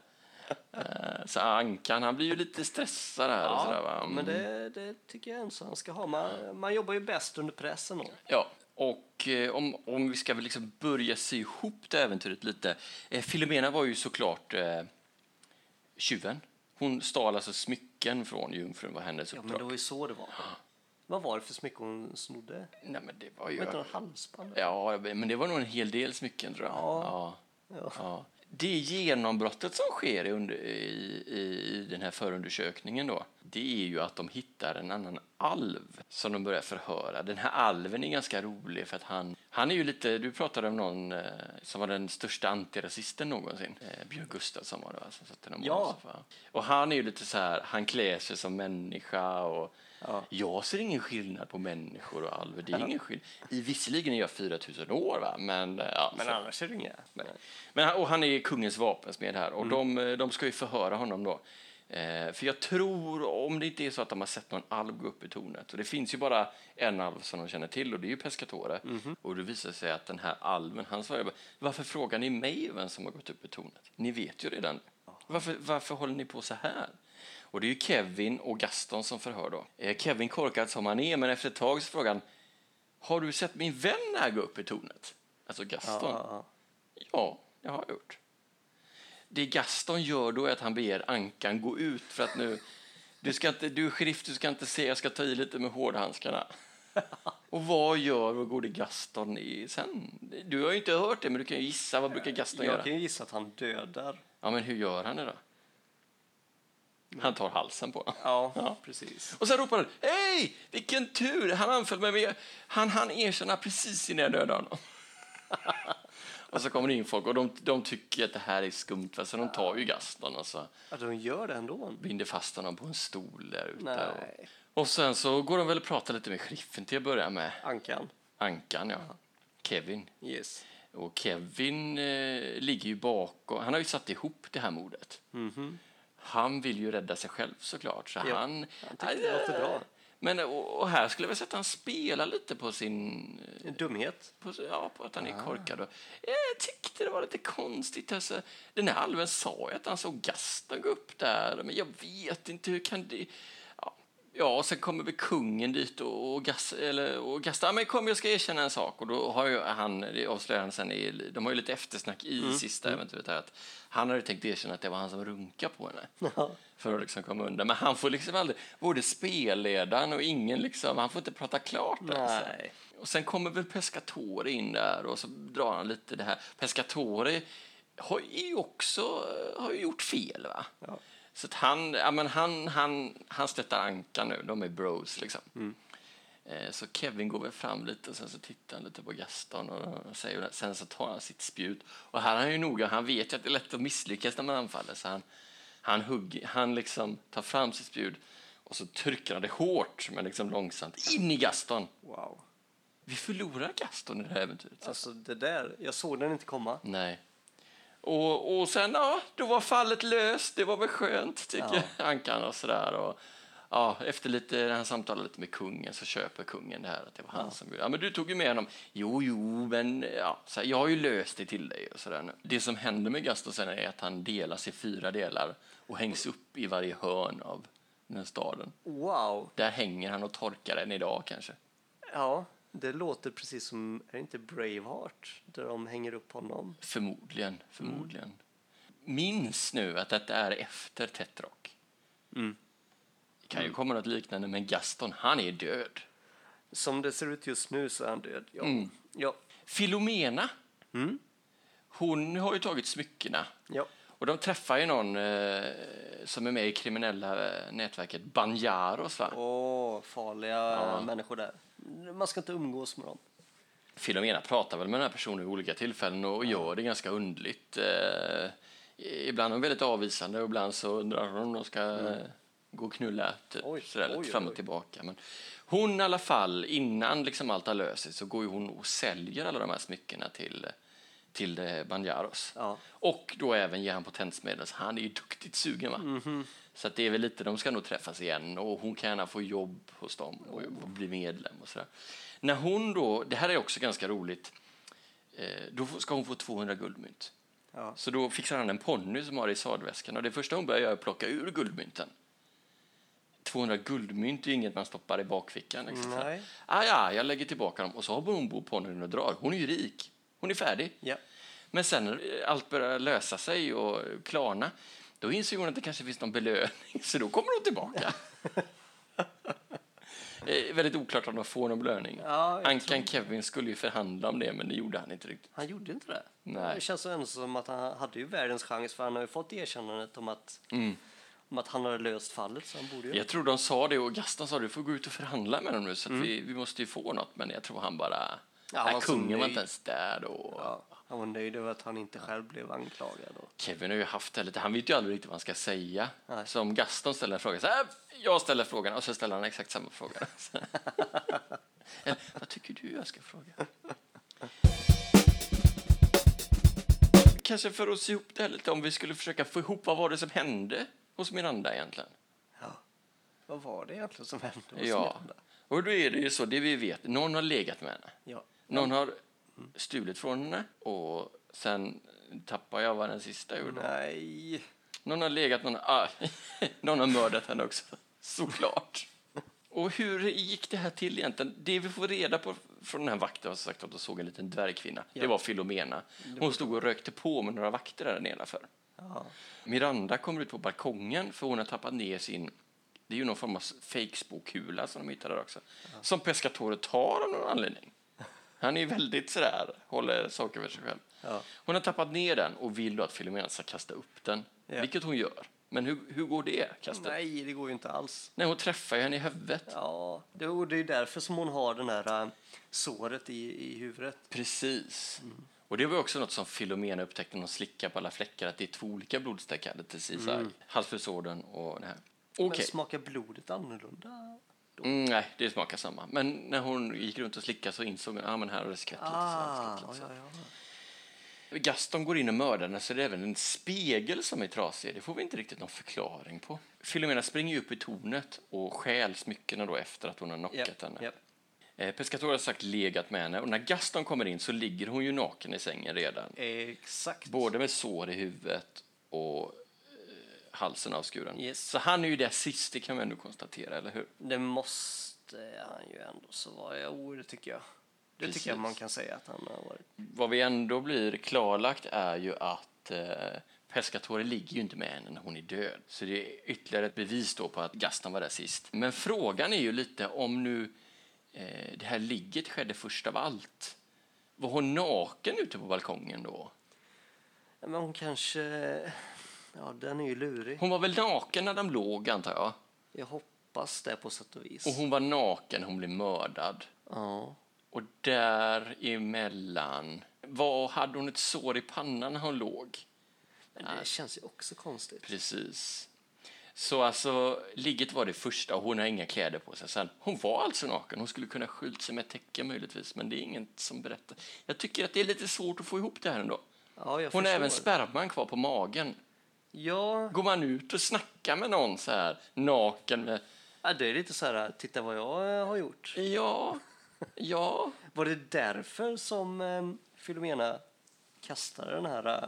[SPEAKER 1] Eh, Så ankan, han blir ju lite stressad här och sådär va. Mm.
[SPEAKER 2] men det, det tycker jag ändå han ska ha. Man, man jobbar ju bäst under pressen. Då.
[SPEAKER 1] Ja, och eh, om, om vi ska väl liksom börja sy ihop det äventyret lite. Eh, Filomena var ju såklart eh, tjuven. Hon stal alltså smycken från jungfrun, var hennes
[SPEAKER 2] Ja,
[SPEAKER 1] uppdrag.
[SPEAKER 2] men det var ju så det var. Vad var det för smycke hon snodde?
[SPEAKER 1] Nej, men det var ju...
[SPEAKER 2] Var inte någon halsband?
[SPEAKER 1] Ja, men det var nog en hel del smycken, tror jag.
[SPEAKER 2] Ja.
[SPEAKER 1] Ja. Ja. Det genombrottet som sker i, under, i, i, i den här förundersökningen då, det är ju att de hittar en annan alv som de börjar förhöra. Den här alven är ganska rolig för att han, han är ju lite, du pratade om någon eh, som var den största antirasisten någonsin. Eh, Björn Gustafsson var det va? Som satte den
[SPEAKER 2] Ja.
[SPEAKER 1] ja. Och han är ju lite så här, han klär sig som människa och jag ser ingen skillnad på människor och alver. Det är ingen skillnad. I, visserligen är jag 4000 år va, men eh, ja,
[SPEAKER 2] Men
[SPEAKER 1] så-
[SPEAKER 2] annars är det inga.
[SPEAKER 1] Nej. Men han, och han är kungens vapensmed här och de, de ska ju förhöra honom då. Eh, för jag tror, om det inte är så att de har sett någon alv gå upp i tornet, och det finns ju bara en alv som de känner till och det är ju Pescatore. Och det visar sig att den här alven, han svarar bara, varför frågar ni mig vem som har gått upp i tornet? Ni vet ju redan. Varför, varför håller ni på så här? Och det är ju Kevin och Gaston som förhör då. Eh, Kevin korkad som han är, men efter ett tag så frågar han, har du sett min vän här gå upp i tornet? Alltså
[SPEAKER 2] Ja,
[SPEAKER 1] Gaston.
[SPEAKER 2] ja, ja.
[SPEAKER 1] Ja, det har jag gjort. Det Gaston gör då är att han ber Ankan gå ut för att nu... Du, ska inte, du är sheriff, du ska inte se, jag ska ta i lite med hårdhandskarna. Och vad gör och går det Gaston i sen? Du har ju inte hört det, men du kan ju gissa. Vad brukar Gaston göra?
[SPEAKER 2] Jag kan ju gissa att han dödar.
[SPEAKER 1] Ja, men hur gör han det då? Han tar halsen på honom.
[SPEAKER 2] Ja, precis.
[SPEAKER 1] Och sen ropar han, hej, vilken tur, han anföll mig, med. han han erkänna precis innan jag dödade honom. och så kommer det in folk och de, de tycker att det här är skumt, va, så de tar ju Gaston och så
[SPEAKER 2] Ja, de gör det ändå.
[SPEAKER 1] binder fast honom på en stol där ute.
[SPEAKER 2] Nej.
[SPEAKER 1] Och, och sen så går de väl och pratar lite med sheriffen till att börja med,
[SPEAKER 2] Ankan.
[SPEAKER 1] Ankan ja, Kevin.
[SPEAKER 2] Yes.
[SPEAKER 1] Och Kevin eh, ligger ju bakom, han har ju satt ihop det här mordet. Han vill ju rädda sig själv såklart, så
[SPEAKER 2] Mhm. Ja,
[SPEAKER 1] han...
[SPEAKER 2] han tyckte det låter bra.
[SPEAKER 1] Men, och, och här skulle jag väl säga att han spelar lite på sin... eh,
[SPEAKER 2] En dumhet.
[SPEAKER 1] På, ja, på att han
[SPEAKER 2] Ah.
[SPEAKER 1] är korkad. Och, Eh, jag tyckte det var lite konstigt. Alltså, den här alven sa ju att han såg Gaston gå upp där, men jag vet inte hur kan det... Ja, ja och sen kommer väl kungen dit och, och, gas, eller, och Gaston, "Ja, men kom jag ska erkänna en sak. Och då har ju han, det avslöjar han sen, i, de har ju lite eftersnack i
[SPEAKER 2] Mm.
[SPEAKER 1] sista äventyret här, att han hade tänkt erkänna att det var han som runkade på henne
[SPEAKER 2] Ja.
[SPEAKER 1] för att liksom komma undan. Men han får liksom aldrig, både spelledaren och ingen liksom, han får inte prata klart. Alltså.
[SPEAKER 2] Nej.
[SPEAKER 1] Och sen kommer väl Pescatore in där och så drar han lite det här. Pescatore har ju också har ju gjort fel va?
[SPEAKER 2] Ja.
[SPEAKER 1] Så att han, ja, men han, han, han stöttar Anka nu, de är bros liksom. Eh, Så Kevin går väl fram lite och sen så tittar han lite på Gaston och säger, sen så tar han sitt spjut. Och här är han ju noga, han vet ju att det är lätt att misslyckas när man anfaller så han, han, hugger, han liksom tar fram sitt spjut och så trycker han det hårt men liksom långsamt in i Gaston.
[SPEAKER 2] Wow.
[SPEAKER 1] Vi förlorar Gaston i det här äventyret.
[SPEAKER 2] Alltså det där, jag såg den inte komma.
[SPEAKER 1] Nej. Och, och sen, ja, då var fallet löst. Det var väl skönt, tycker Ankan och sådär. Och, ja, efter lite, när han samtalade lite med kungen så köper kungen det här att det var han som gjorde Ja, men du tog ju med honom. Jo, jo, men ja, så här, jag har ju löst det till dig och sådär nu. Det som händer med Gaston sen är att han delas i fyra delar och hängs upp i varje hörn av den här staden.
[SPEAKER 2] Wow.
[SPEAKER 1] Där hänger han och torkar än idag kanske.
[SPEAKER 2] Ja, det låter precis som, är det inte Braveheart? Där de hänger upp honom.
[SPEAKER 1] Förmodligen, förmodligen. Minns nu att detta är efter Tetrock. Det kan ju komma något liknande, men Gaston, han är död.
[SPEAKER 2] Som det ser ut just nu så är han död. Ja. Ja.
[SPEAKER 1] Filomena, hon har ju tagit smyckena.
[SPEAKER 2] Ja.
[SPEAKER 1] Och de träffar ju någon eh, som är med i kriminella eh, nätverket Banjaros, va?
[SPEAKER 2] Åh, farliga människor där. Man ska inte umgås med dem.
[SPEAKER 1] Filomena pratar väl med den här personen vid olika tillfällen och gör det ganska underligt. Eh, ibland är hon väldigt avvisande och ibland så undrar hon om de ska eh, gå och knulla typ,
[SPEAKER 2] Mm. Oj,
[SPEAKER 1] sådär, lite
[SPEAKER 2] oj,
[SPEAKER 1] fram och
[SPEAKER 2] oj.
[SPEAKER 1] tillbaka. Men hon i alla fall, innan liksom allt har löst sig så går ju hon och säljer alla de här smyckena till, till eh, Banjaros.
[SPEAKER 2] Ja.
[SPEAKER 1] Och då även ger han potensmedel, så han är ju duktigt sugen. Va?
[SPEAKER 2] Mhm.
[SPEAKER 1] Så att det är väl lite, de ska nog träffas igen och hon kan gärna få jobb hos dem och,
[SPEAKER 2] Mm.
[SPEAKER 1] och bli medlem och sådär. När hon då, det här är också ganska roligt, eh, då får- ska hon få 200 guldmynt.
[SPEAKER 2] Ja.
[SPEAKER 1] Så då fixar han en ponny som har i sadväskan och det första hon börjar göra är att plocka ur guldmynten. 200 guldmynt är ju inget man stoppar i bakfickan. Liksom.
[SPEAKER 2] Nej.
[SPEAKER 1] Ah, ja, jag lägger tillbaka dem och så har hon bo ponnyn och drar. Hon är ju rik. Hon är färdig.
[SPEAKER 2] Ja.
[SPEAKER 1] Men sen när allt börjar lösa sig och klarna, då inser hon att det kanske finns någon belöning, så då kommer hon tillbaka. Eh, väldigt oklart om de får någon belöning.
[SPEAKER 2] Ja, jag
[SPEAKER 1] Ankan Kevin skulle ju förhandla om det, men det gjorde han inte riktigt.
[SPEAKER 2] Han gjorde inte det.
[SPEAKER 1] Nej.
[SPEAKER 2] Det känns ändå som att han hade ju världens chans för han har ju fått erkännandet om att, om att han har löst fallet så han borde ju...
[SPEAKER 1] Jag tror de sa det, och Gaston sa du får gå ut och förhandla med dem nu, så att vi, vi måste ju få något. Men jag tror han bara...
[SPEAKER 2] Mm. Ja, han
[SPEAKER 1] nej,
[SPEAKER 2] var så
[SPEAKER 1] kungen var
[SPEAKER 2] nöjd.
[SPEAKER 1] inte ens där då.
[SPEAKER 2] Ja, han var nöjd över att han inte själv blev anklagad. Och...
[SPEAKER 1] Kevin har ju haft det här lite, han vet ju aldrig riktigt vad han ska säga.
[SPEAKER 2] Nej.
[SPEAKER 1] Så om Gaston ställer en fråga, så här, jag ställer frågan och så ställer han exakt samma fråga. Eller, vad tycker du jag ska fråga? Kanske för att se ihop det här lite, om vi skulle försöka få ihop vad var det som hände hos Miranda egentligen?
[SPEAKER 2] Ja. Vad var det egentligen som hände? Vad som
[SPEAKER 1] Ja.
[SPEAKER 2] hände?
[SPEAKER 1] Och då är det ju så, det vi vet, någon har legat med henne.
[SPEAKER 2] ja. Mm.
[SPEAKER 1] Någon har stulit från henne och sen tappar jag vad den sista gjorde.
[SPEAKER 2] Nej.
[SPEAKER 1] Någon har legat, någon, ah, någon har mördat henne också, såklart. Och hur gick det här till egentligen? Det vi får reda på från den här vakten har sagt att de såg en liten dvärgkvinna. Det var Filomena. Hon stod och rökte på med några vakter där nedanför.
[SPEAKER 2] Ja.
[SPEAKER 1] Miranda kommer ut på balkongen för hon har tappat ner sin, det är ju någon form av fejkspåkula som de hittade där också, som Pescatore tar av någon anledning. Han är ju väldigt sådär, håller saker för sig själv.
[SPEAKER 2] Ja.
[SPEAKER 1] Hon har tappat ner den och vill då att Filomena ska kasta upp den,
[SPEAKER 2] Ja.
[SPEAKER 1] vilket hon gör. Men hur, hur går det? Kasta? Nej.
[SPEAKER 2] Nej, det går ju inte alls.
[SPEAKER 1] hon träffar ju henne i huvudet.
[SPEAKER 2] Ja, det, och det är ju därför som hon har den här äh, såret i, i huvudet.
[SPEAKER 1] Precis.
[SPEAKER 2] Mm.
[SPEAKER 1] Och det var också något som Filomena upptäckte när hon slickade på alla fläckar, att det är två olika blodstreck här, till Caesar,
[SPEAKER 2] Mm.
[SPEAKER 1] halsflussorden och det här. Okej.
[SPEAKER 2] Men smakar blodet annorlunda?
[SPEAKER 1] Mm, nej, det smakar samma. Men när hon gick runt och slickade så insåg hon ah, men här har det skvätt lite. Så här har
[SPEAKER 2] Ah,
[SPEAKER 1] det skvätt
[SPEAKER 2] ja,
[SPEAKER 1] lite.
[SPEAKER 2] ja.
[SPEAKER 1] Så. Gaston går in och mördar henne så det är även en spegel som är trasig. Det får vi inte riktigt någon förklaring på. Filomena springer ju upp i tornet och stjäl smyckena då efter att hon har knockat
[SPEAKER 2] ja.
[SPEAKER 1] henne.
[SPEAKER 2] ja.
[SPEAKER 1] Eh, Pescatore har sagt legat med henne och när Gaston kommer in så ligger hon ju naken i sängen redan.
[SPEAKER 2] Exakt.
[SPEAKER 1] Både med sår i huvudet och eh, halsen avskuren.
[SPEAKER 2] Yes.
[SPEAKER 1] Så han är ju där sist, det kan vi ändå konstatera, eller hur?
[SPEAKER 2] Det måste han ju ändå så vara. Jo, det tycker jag. Det
[SPEAKER 1] Precis.
[SPEAKER 2] tycker jag man kan säga att han har varit.
[SPEAKER 1] Vad vi ändå blir klarlagt är ju att eh, Pescatore ligger ju inte med henne när hon är död. Så det är ytterligare ett bevis då på att Gaston var där sist. Men frågan är ju lite om nu eh, det här ligget skedde först av allt. Var hon naken ute på balkongen då?
[SPEAKER 2] Ja, Men hon kanske... Ja, den är ju lurig.
[SPEAKER 1] Hon var väl naken när de låg antar jag?
[SPEAKER 2] Jag hoppas det på sätt och vis.
[SPEAKER 1] Och hon var naken när hon blev mördad.
[SPEAKER 2] Ja.
[SPEAKER 1] Och däremellan, var hade hon ett sår i pannan när hon låg?
[SPEAKER 2] Men det känns ju också konstigt.
[SPEAKER 1] Precis. Så alltså, ligget var det första och hon har inga kläder på sig sen. Hon var alltså naken. Hon skulle kunna skylt sig med ett täcke möjligtvis, men det är inget som berättar. Jag tycker att det är lite svårt att få ihop det här ändå.
[SPEAKER 2] Ja, jag
[SPEAKER 1] Hon har
[SPEAKER 2] förstår.
[SPEAKER 1] även sperman kvar på magen.
[SPEAKER 2] Ja,
[SPEAKER 1] Går man ut och snackar med någon så här naken med...
[SPEAKER 2] ja, det är lite så här, titta vad jag eh, har gjort.
[SPEAKER 1] Ja, ja.
[SPEAKER 2] Var det därför som eh, Filomena kastade den här eh,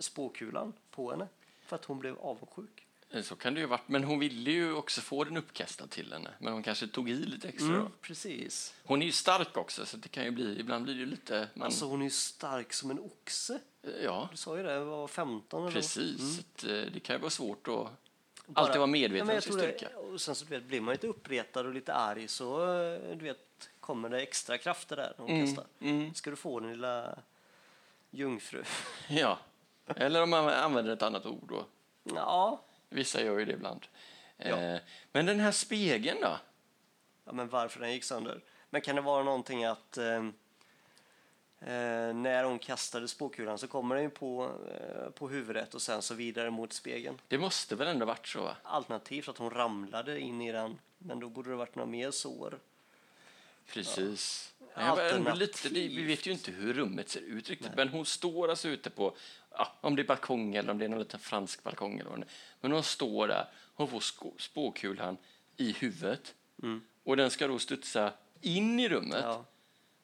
[SPEAKER 2] spåkulan på henne? För att hon blev avundsjuk?
[SPEAKER 1] Så kan det ju ha varit. Men hon ville ju också få den uppkastad till henne. Men hon kanske tog i lite extra då.
[SPEAKER 2] Mm, precis.
[SPEAKER 1] Hon är ju stark också, så det kan ju bli... Ibland blir det ju lite... Man,
[SPEAKER 2] Alltså hon är ju stark som en oxe.
[SPEAKER 1] ja.
[SPEAKER 2] Du sa ju det, jag var 15 eller vad?
[SPEAKER 1] Precis. Så att, eh, Det kan ju vara svårt att
[SPEAKER 2] Mm. Bara-
[SPEAKER 1] Alltid vara
[SPEAKER 2] Ja,
[SPEAKER 1] medveten
[SPEAKER 2] men
[SPEAKER 1] om
[SPEAKER 2] jag
[SPEAKER 1] sin
[SPEAKER 2] tror det.
[SPEAKER 1] styrka.
[SPEAKER 2] Och sen så du vet, blir man lite uppretad och lite arg så eh, du vet, kommer det extra krafter där. De
[SPEAKER 1] Mm.
[SPEAKER 2] kastar. Ska du få den lilla jungfru?
[SPEAKER 1] Ja. Eller om man använder ett annat ord då.
[SPEAKER 2] Ja,
[SPEAKER 1] Vissa gör ju det ibland.
[SPEAKER 2] Ja.
[SPEAKER 1] Eh, men den här spegeln då?
[SPEAKER 2] ja, men varför den gick sönder. Men kan det vara någonting att eh, eh, när hon kastade spåkulan så kommer den ju på, eh, på huvudet och sen så vidare mot spegeln.
[SPEAKER 1] Det måste väl ändå varit så? Va?
[SPEAKER 2] Alternativt att hon ramlade in i den, men då borde det varit några mer sår.
[SPEAKER 1] Precis. Ja. men
[SPEAKER 2] Alternativt.
[SPEAKER 1] lite, det- vi vet ju inte hur rummet ser ut riktigt, men hon står alltså ute på, ja, om det är balkong eller om det är någon liten fransk balkong eller vad det är. Men hon står där, hon får sko- spåkulan i huvudet och den ska då studsa in i rummet
[SPEAKER 2] Mm. Ja.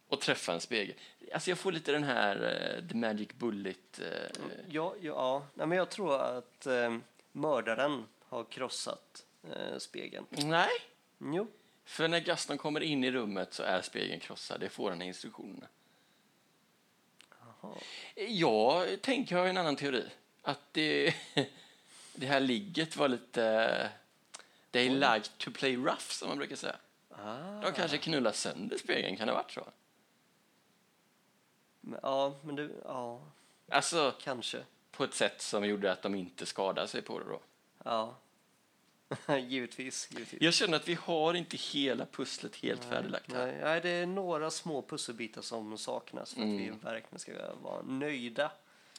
[SPEAKER 1] och träffa en spegel. Alltså jag får lite den här eh, The Magic Bullet. eh,
[SPEAKER 2] Ja, ja, ja. Nej, men jag tror att eh, mördaren har krossat eh, spegeln.
[SPEAKER 1] Nej,
[SPEAKER 2] Jo,
[SPEAKER 1] för när Gaston kommer in i rummet så är spegeln krossad. Det får han i instruktionerna.
[SPEAKER 2] Jaha.
[SPEAKER 1] Jag tänker jag har en annan teori. Att det, det här ligget var lite... They like to play rough, som man brukar säga.
[SPEAKER 2] Ah.
[SPEAKER 1] De kanske knullar sönder spegeln. Kan det ha varit så?
[SPEAKER 2] Men, ja, men du, ja,
[SPEAKER 1] Alltså,
[SPEAKER 2] kanske.
[SPEAKER 1] på ett sätt som gjorde att de inte skadade sig på det då.
[SPEAKER 2] Ja, givetvis. givetvis.
[SPEAKER 1] Jag känner att vi har inte hela pusslet helt färdiglagt här.
[SPEAKER 2] Nej, nej, det är några små pusselbitar som saknas för att
[SPEAKER 1] Mm.
[SPEAKER 2] vi verkligen ska vara nöjda.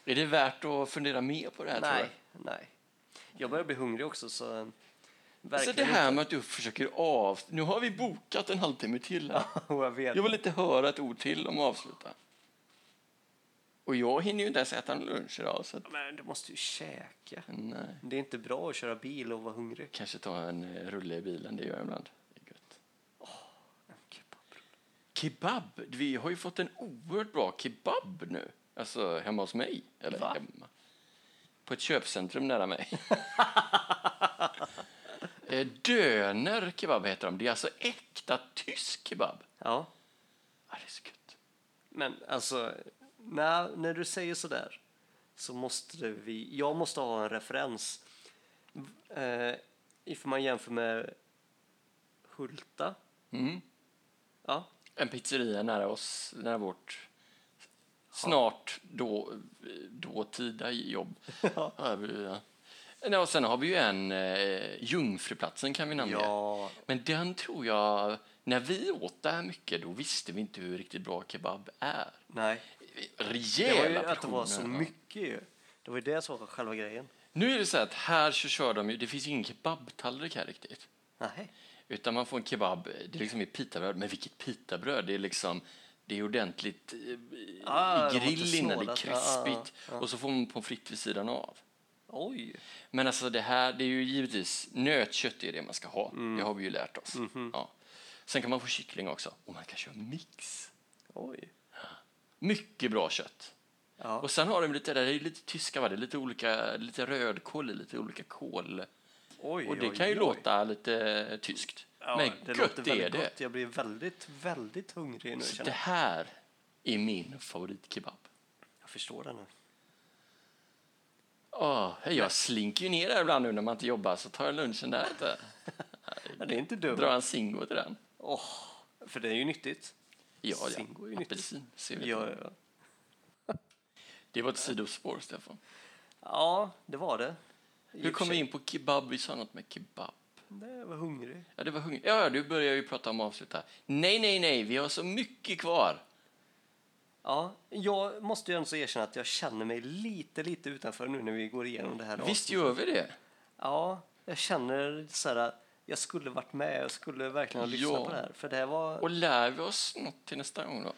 [SPEAKER 1] Är det värt att fundera mer på det här? Tror
[SPEAKER 2] nej,
[SPEAKER 1] jag?
[SPEAKER 2] nej. Jag börjar bli hungrig också, så eh,
[SPEAKER 1] Alltså
[SPEAKER 2] verkligen
[SPEAKER 1] det här med att du försöker av... Nu har vi bokat en halvtimme till här.
[SPEAKER 2] inte. Och jag vet.
[SPEAKER 1] Jag vill inte höra ett ord till om att avsluta. Och jag hinner ju inte ens äta en lunch idag. Så att,
[SPEAKER 2] Men du måste ju käka.
[SPEAKER 1] nej.
[SPEAKER 2] Det är inte bra att köra bil och vara hungrig.
[SPEAKER 1] Kanske ta en eh, rulle i bilen, det gör jag ibland. Det är gött. Kebab! Vi har ju fått en oerhört bra kebab nu. Alltså hemma hos mig. Eller
[SPEAKER 2] Va?
[SPEAKER 1] hemma. På ett köpcentrum nära mig. Eh, Döner kebab heter de. Det är alltså äkta tysk kebab.
[SPEAKER 2] Ja,
[SPEAKER 1] Ah, det är så gött.
[SPEAKER 2] men alltså, när, när du säger sådär så måste vi, jag måste ha en referens. Eh, ifall man jämför med Hulta.
[SPEAKER 1] Mm.
[SPEAKER 2] Ja,
[SPEAKER 1] en pizzeria nära oss, nära vårt snart då, dåtida jobb. Ja. vi- ja. Nej, och sen har vi ju en, eh, Jungfruplatsen kan vi namnge.
[SPEAKER 2] ja
[SPEAKER 1] Men den tror jag, när vi åt där mycket, då visste vi inte hur riktigt bra kebab är.
[SPEAKER 2] nej. Det var ju
[SPEAKER 1] Rejäla
[SPEAKER 2] att det var så
[SPEAKER 1] portioner, va?
[SPEAKER 2] mycket ju. Det var ju det som var själva grejen.
[SPEAKER 1] Nu är det så här att här så kör de ju, det finns ju ingen kebabtallrik här riktigt.
[SPEAKER 2] Nej.
[SPEAKER 1] Utan man får en kebab, det är liksom i pitabröd. Men vilket pitabröd! Det är liksom det är ordentligt eh, i
[SPEAKER 2] Ah, de har inte
[SPEAKER 1] grill innan, det är
[SPEAKER 2] snålat. Ah, Ja, ja,
[SPEAKER 1] krispigt. Och så får man pommes frites vid sidan av.
[SPEAKER 2] Oj.
[SPEAKER 1] Men alltså det här, det är ju givetvis nötkött är det man ska ha.
[SPEAKER 2] Mm.
[SPEAKER 1] Det har vi ju lärt oss.
[SPEAKER 2] Mhm.
[SPEAKER 1] Ja. Sen kan man få kyckling också. Och man kan köra mix.
[SPEAKER 2] Oj.
[SPEAKER 1] Mycket bra kött.
[SPEAKER 2] Ja.
[SPEAKER 1] Och sen har de lite, det är ju lite tyska va? Det är lite olika, lite rödkål i, lite olika kål.
[SPEAKER 2] Oj,
[SPEAKER 1] Och det
[SPEAKER 2] oj,
[SPEAKER 1] kan ju
[SPEAKER 2] oj.
[SPEAKER 1] låta lite tyskt.
[SPEAKER 2] Ja,
[SPEAKER 1] Men
[SPEAKER 2] det
[SPEAKER 1] gött
[SPEAKER 2] låter väldigt
[SPEAKER 1] är det.
[SPEAKER 2] gott. Jag blir väldigt, väldigt hungrig nu.
[SPEAKER 1] Så
[SPEAKER 2] känner
[SPEAKER 1] det
[SPEAKER 2] jag.
[SPEAKER 1] här är min favoritkebab.
[SPEAKER 2] jag förstår det nu.
[SPEAKER 1] Åh, jag slinker ju ner där ibland nu när man inte jobbar så tar jag lunchen där ute.
[SPEAKER 2] Ja, det är inte dumt.
[SPEAKER 1] Drar en Zingo till den.
[SPEAKER 2] Åh, för det är ju nyttigt.
[SPEAKER 1] Ja,
[SPEAKER 2] Zingo är ju
[SPEAKER 1] ja.
[SPEAKER 2] nyttigt.
[SPEAKER 1] Apelsin. ser vi.
[SPEAKER 2] Ja, ja.
[SPEAKER 1] Det var ett sidospår, Stefan.
[SPEAKER 2] ja det var det. I
[SPEAKER 1] Hur
[SPEAKER 2] och
[SPEAKER 1] kom
[SPEAKER 2] för
[SPEAKER 1] vi
[SPEAKER 2] sig.
[SPEAKER 1] in på kebab? Vi sa något med kebab.
[SPEAKER 2] Nej, jag var hungrig.
[SPEAKER 1] Ja, det var hungrig. Ja, du börjar ju prata om att avsluta. Nej, nej, nej, vi har så mycket kvar.
[SPEAKER 2] Ja, jag måste ju ändå erkänna att jag känner mig lite, lite utanför nu när vi går igenom det här.
[SPEAKER 1] Visst gör vi det?
[SPEAKER 2] Ja, jag känner så här att jag skulle varit med. Jag skulle verkligen ha lyssnat
[SPEAKER 1] Ja.
[SPEAKER 2] på det här. För det här var...
[SPEAKER 1] Och lär vi oss något till nästa gång då?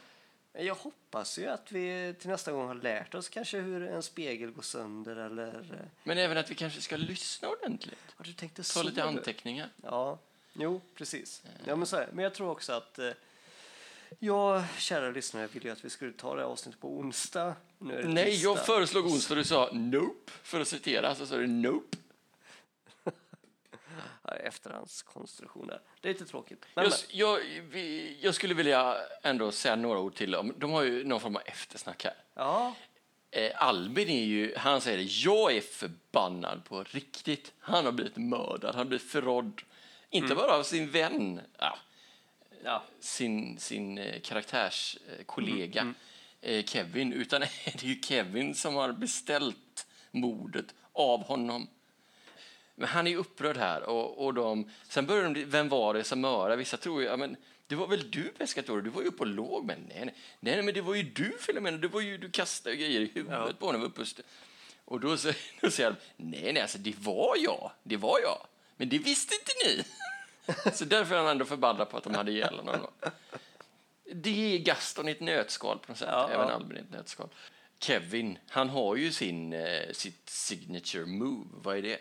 [SPEAKER 2] Jag hoppas ju att vi till nästa gång har lärt oss kanske hur en spegel går sönder eller... eh,
[SPEAKER 1] Men även att vi kanske ska lyssna ordentligt.
[SPEAKER 2] Har du tänkt
[SPEAKER 1] Ta
[SPEAKER 2] så?
[SPEAKER 1] lite
[SPEAKER 2] du?
[SPEAKER 1] anteckningar.
[SPEAKER 2] Ja, jo,
[SPEAKER 1] Eh.
[SPEAKER 2] precis. Ja, men, så är det. men jag tror också att eh, jag, kära lyssnare, ville ju att vi skulle ta det här avsnittet på onsdag. Nu är det
[SPEAKER 1] Nej,
[SPEAKER 2] tisdag.
[SPEAKER 1] jag föreslog onsdag du sa nope. För att citera så sa du nope.
[SPEAKER 2] Ja, Efterhandskonstruktion där. Det är lite tråkigt. Men,
[SPEAKER 1] Jag, jag, vi, jag skulle vilja ändå säga några ord till om. De har ju någon form av eftersnack här.
[SPEAKER 2] men, ja,
[SPEAKER 1] Eh, Albin är ju, han säger det, jag är förbannad på riktigt. Han har blivit mördad, han har blivit förrådd. Inte
[SPEAKER 2] Mm.
[SPEAKER 1] bara av sin vän, ja,
[SPEAKER 2] Ja.
[SPEAKER 1] sin, sin eh, karaktärskollega
[SPEAKER 2] Mm,
[SPEAKER 1] eh, Kevin, utan det är ju Kevin som har beställt mordet av honom. Men han är ju upprörd här. Och, och de, sen börjar de, vem var det som mördade? Vissa tror ju, ja men det var väl du Pescatore, du var ju uppe och låg. Men nej, nej, nej, men det var ju du Filomena, det var ju, du kastade grejer i huvudet på honom uppe och st- Och då, så, då säger de, nej, nej, alltså det var jag, det var jag. Men det visste inte ni. så därför är han ändå förbannad på att de hade ihjäl honom. Det är Gaston i ett nötskal på något sätt,
[SPEAKER 2] Ja,
[SPEAKER 1] även
[SPEAKER 2] ja.
[SPEAKER 1] Albin i ett nötskal. Kevin, han har ju sin, eh, sitt signature move, vad är det?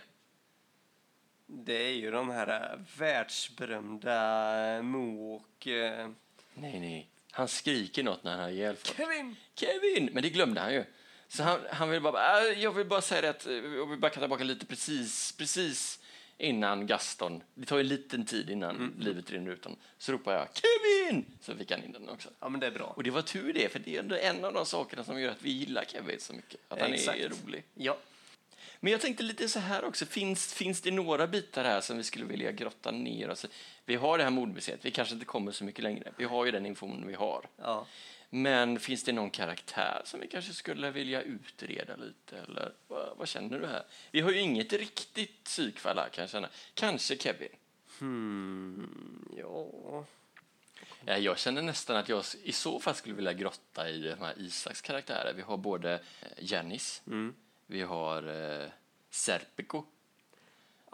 [SPEAKER 2] Det är ju de här eh, världsberömda eh, Moonwalk... eh,
[SPEAKER 1] Nej, nej. Han skriker något när han har ihjäl folk.
[SPEAKER 2] Kevin!
[SPEAKER 1] Kevin! Men det glömde han ju. Så han, han vill bara, "Äh, jag vill bara säga det att, eh, jag vill backa tillbaka lite precis, precis innan Gaston. Det tar ju en liten tid innan livet rinner ut honom. Så ropar jag Kevin! Så fick han in den också.
[SPEAKER 2] Ja, men det är bra.
[SPEAKER 1] Och det var tur det, för det är ändå en av de sakerna som gör att vi gillar Kevin så mycket. Att han är
[SPEAKER 2] Exakt.
[SPEAKER 1] rolig.
[SPEAKER 2] Ja.
[SPEAKER 1] Men jag tänkte lite så här också, finns, finns det några bitar här som vi skulle vilja grotta ner oss i? Vi har det här mordmuseet, vi kanske inte kommer så mycket längre. Vi har ju den information vi har.
[SPEAKER 2] ja.
[SPEAKER 1] Men finns det någon karaktär som vi kanske skulle vilja utreda lite? Eller vad, vad känner du här? Vi har ju inget riktigt psykfall här kan jag känna. Kanske Kevin?
[SPEAKER 2] Hmm, ja...
[SPEAKER 1] Eh, Jag känner nästan att jag s- i så fall skulle vilja grotta i de här Isaks karaktärer. Vi har både eh, Janis, vi har eh, Serpico.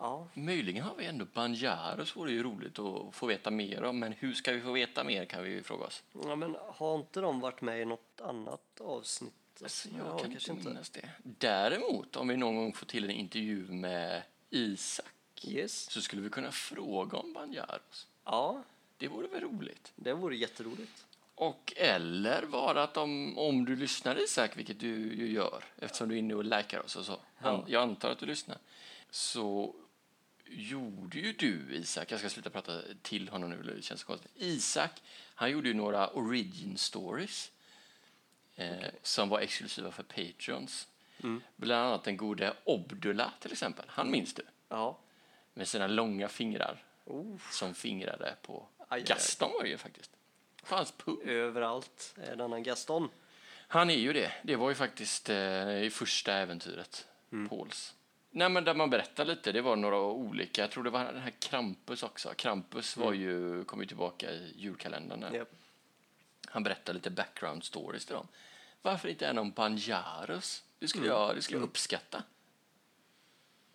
[SPEAKER 2] Ja.
[SPEAKER 1] Möjligen har vi ändå Banjaros, vore ju roligt att få veta mer om. Men hur ska vi få veta mer kan vi ju fråga oss.
[SPEAKER 2] ja, men har inte de varit med i något annat avsnitt?
[SPEAKER 1] Alltså, jag kan inte minnas det. Däremot, om vi någon gång får till en intervju med Isak
[SPEAKER 2] Yes.
[SPEAKER 1] så skulle vi kunna fråga om Banjaros.
[SPEAKER 2] Ja,
[SPEAKER 1] Det vore väl roligt?
[SPEAKER 2] det vore jätteroligt.
[SPEAKER 1] Och eller bara att om, om du lyssnar Isak, vilket du ju gör eftersom du är inne och likar oss och så. An, jag antar att du lyssnar. Så gjorde ju du Isak, jag ska sluta prata till honom nu, det känns konstigt. Isak, han gjorde ju några origin stories eh, som var exklusiva för Patreons.
[SPEAKER 2] Mm.
[SPEAKER 1] Bland annat den gode Obdula till exempel, han minns du
[SPEAKER 2] Ja.
[SPEAKER 1] med sina långa fingrar
[SPEAKER 2] Oh.
[SPEAKER 1] som fingrade på
[SPEAKER 2] aj, aj.
[SPEAKER 1] Gaston var det ju faktiskt. På hans pung.
[SPEAKER 2] Överallt är denna Gaston.
[SPEAKER 1] Han är ju det. Det var ju faktiskt eh, i första äventyret,
[SPEAKER 2] Mm.
[SPEAKER 1] Pauls. Nej, men där man berättar lite, det var några olika. Jag tror det var den här Krampus också. Krampus var
[SPEAKER 2] Mm.
[SPEAKER 1] ju, kom ju tillbaka i julkalendern. där.
[SPEAKER 2] Japp.
[SPEAKER 1] Han berättar lite background stories till dem. Varför inte en om Banjarus? Det skulle
[SPEAKER 2] Mm.
[SPEAKER 1] jag, det skulle jag uppskatta.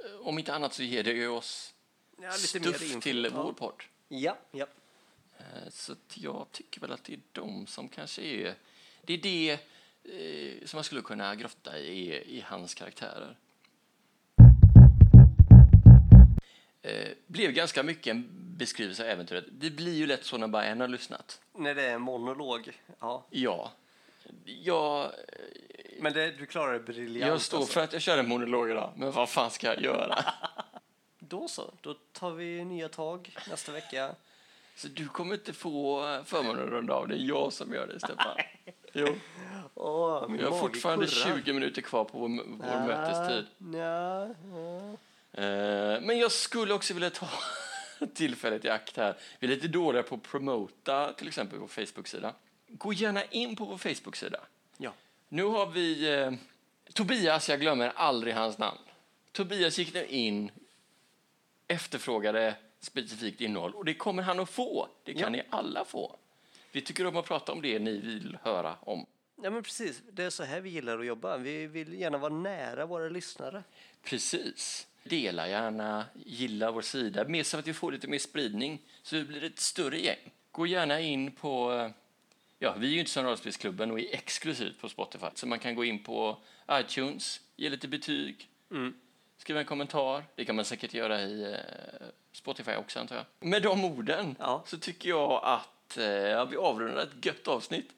[SPEAKER 1] Eh, Om inte annat så ger det ju oss
[SPEAKER 2] Ja, lite mer
[SPEAKER 1] stuff
[SPEAKER 2] info.
[SPEAKER 1] till
[SPEAKER 2] Ja.
[SPEAKER 1] vår podd.
[SPEAKER 2] Ja, ja.
[SPEAKER 1] Eh, Så att jag tycker väl att det är de som kanske är... Det är det eh, som man skulle kunna grotta i, i, i hans karaktärer. Eh, blev ganska mycket en beskrivelse av äventyret. Det blir ju lätt så när bara en har lyssnat.
[SPEAKER 2] När det är en monolog. Ja.
[SPEAKER 1] Ja. Jag,
[SPEAKER 2] Men det, du klarar det briljant.
[SPEAKER 1] jag står
[SPEAKER 2] alltså.
[SPEAKER 1] för att jag kör en monolog idag, men vad fan ska jag göra?
[SPEAKER 2] Då så. Då tar vi nya tag nästa vecka.
[SPEAKER 1] Så du kommer inte få förmånen att runda av. Det är jag som gör det, Stefan. Jo.
[SPEAKER 2] Åh, min
[SPEAKER 1] Jag har
[SPEAKER 2] mage
[SPEAKER 1] fortfarande
[SPEAKER 2] kurrar.
[SPEAKER 1] 20 minuter kvar på vår, vår
[SPEAKER 2] Ah,
[SPEAKER 1] mötestid.
[SPEAKER 2] nja, ja.
[SPEAKER 1] Eh, men jag skulle också vilja ta tillfället i akt här. Vi är lite dåliga på att promota till exempel vår Facebook-sida. Gå gärna in på vår Facebook-sida.
[SPEAKER 2] ja.
[SPEAKER 1] Nu har vi eh, Tobias, jag glömmer aldrig hans namn. Tobias gick nu in, efterfrågade specifikt innehåll och det kommer han att få. Det kan
[SPEAKER 2] Ja.
[SPEAKER 1] ni alla få. Vi tycker om att prata om det ni vill höra om.
[SPEAKER 2] Ja, men precis. Det är så här vi gillar att jobba. Vi vill gärna vara nära våra lyssnare.
[SPEAKER 1] Precis. Dela gärna, gilla vår sida, mer så att vi får lite mer spridning så vi blir ett större gäng. Gå gärna in på... eh, Ja, vi är ju inte som Rollspelsklubben och är exklusivt på Spotify så man kan gå in på iTunes, ge lite betyg, skriva en kommentar. Det kan man säkert göra i eh, Spotify också, antar jag. Med de orden
[SPEAKER 2] Ja.
[SPEAKER 1] så tycker jag att eh, ja, vi avrundar ett gött avsnitt.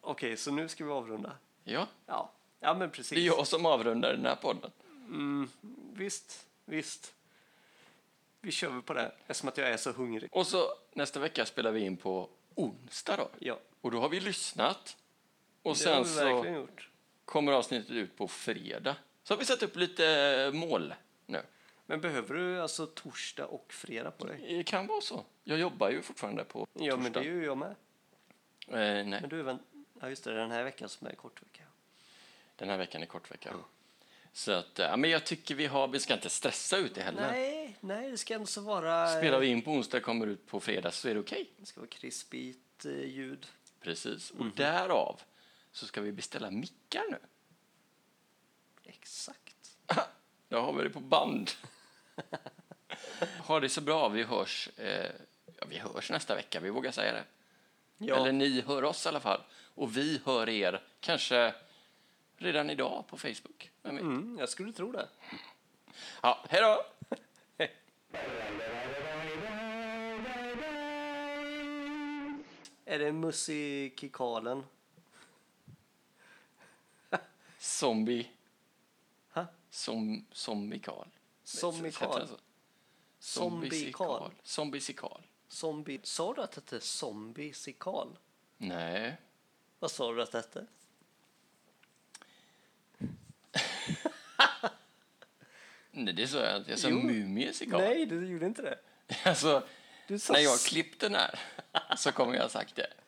[SPEAKER 2] Okej, så nu ska vi avrunda.
[SPEAKER 1] Ja,
[SPEAKER 2] Ja, ja men precis.
[SPEAKER 1] det är jag som avrundar den här podden.
[SPEAKER 2] Mm, visst, visst. Vi kör väl på det, eftersom att jag är så hungrig.
[SPEAKER 1] Och så nästa vecka spelar vi in på onsdag då.
[SPEAKER 2] Ja,
[SPEAKER 1] Och då har vi lyssnat. Och
[SPEAKER 2] det har
[SPEAKER 1] sen
[SPEAKER 2] vi
[SPEAKER 1] så
[SPEAKER 2] verkligen gjort.
[SPEAKER 1] kommer avsnittet ut på fredag. Så har vi satt upp lite eh, mål nu.
[SPEAKER 2] Men behöver du alltså torsdag och fredag på dig?
[SPEAKER 1] Det kan vara så. Jag jobbar ju fortfarande på
[SPEAKER 2] Ja, men det
[SPEAKER 1] torsdag.
[SPEAKER 2] är ju jag med.
[SPEAKER 1] eh, nej,
[SPEAKER 2] Men du, vän... ja, just det, det är den här veckan som är kort vecka.
[SPEAKER 1] den här veckan är kort vecka. Så att, eh, ja, men jag tycker vi har, vi ska inte stressa ut det heller.
[SPEAKER 2] Nej, nej, det ska ändå så vara...
[SPEAKER 1] Spelar vi in på onsdag kommer ut på fredag så är det okej.
[SPEAKER 2] Det ska vara krispigt eh, ljud.
[SPEAKER 1] Precis.
[SPEAKER 2] Mhm.
[SPEAKER 1] Och därav så ska vi beställa mickar nu.
[SPEAKER 2] Exakt.
[SPEAKER 1] Då har vi det på band. ha det så bra. Vi hörs, eh, ja, vi hörs nästa vecka. Vi vågar säga det.
[SPEAKER 2] Ja.
[SPEAKER 1] Eller ni hör oss i alla fall. Och vi hör er kanske redan idag på Facebook. Vem vet?
[SPEAKER 2] Mm, jag skulle tro det.
[SPEAKER 1] Ja, hej då!
[SPEAKER 2] Är det musikikalen?
[SPEAKER 1] Zombie.
[SPEAKER 2] Ha?
[SPEAKER 1] Som, zombikal. Heter den
[SPEAKER 2] Zombikal?
[SPEAKER 1] så?
[SPEAKER 2] Zombikal?
[SPEAKER 1] Zombisikal. Zombisikal.
[SPEAKER 2] Zombie... Sa du att det hette zombiesikal?
[SPEAKER 1] Nej.
[SPEAKER 2] Vad sa du att det hette?
[SPEAKER 1] Nej, det sa jag inte. Jag sa
[SPEAKER 2] Jo.
[SPEAKER 1] mumiesikal.
[SPEAKER 2] Nej, du gjorde inte det.
[SPEAKER 1] Alltså,
[SPEAKER 2] Du sa
[SPEAKER 1] när jag
[SPEAKER 2] s-
[SPEAKER 1] klippte den här så kommer jag ha sagt det.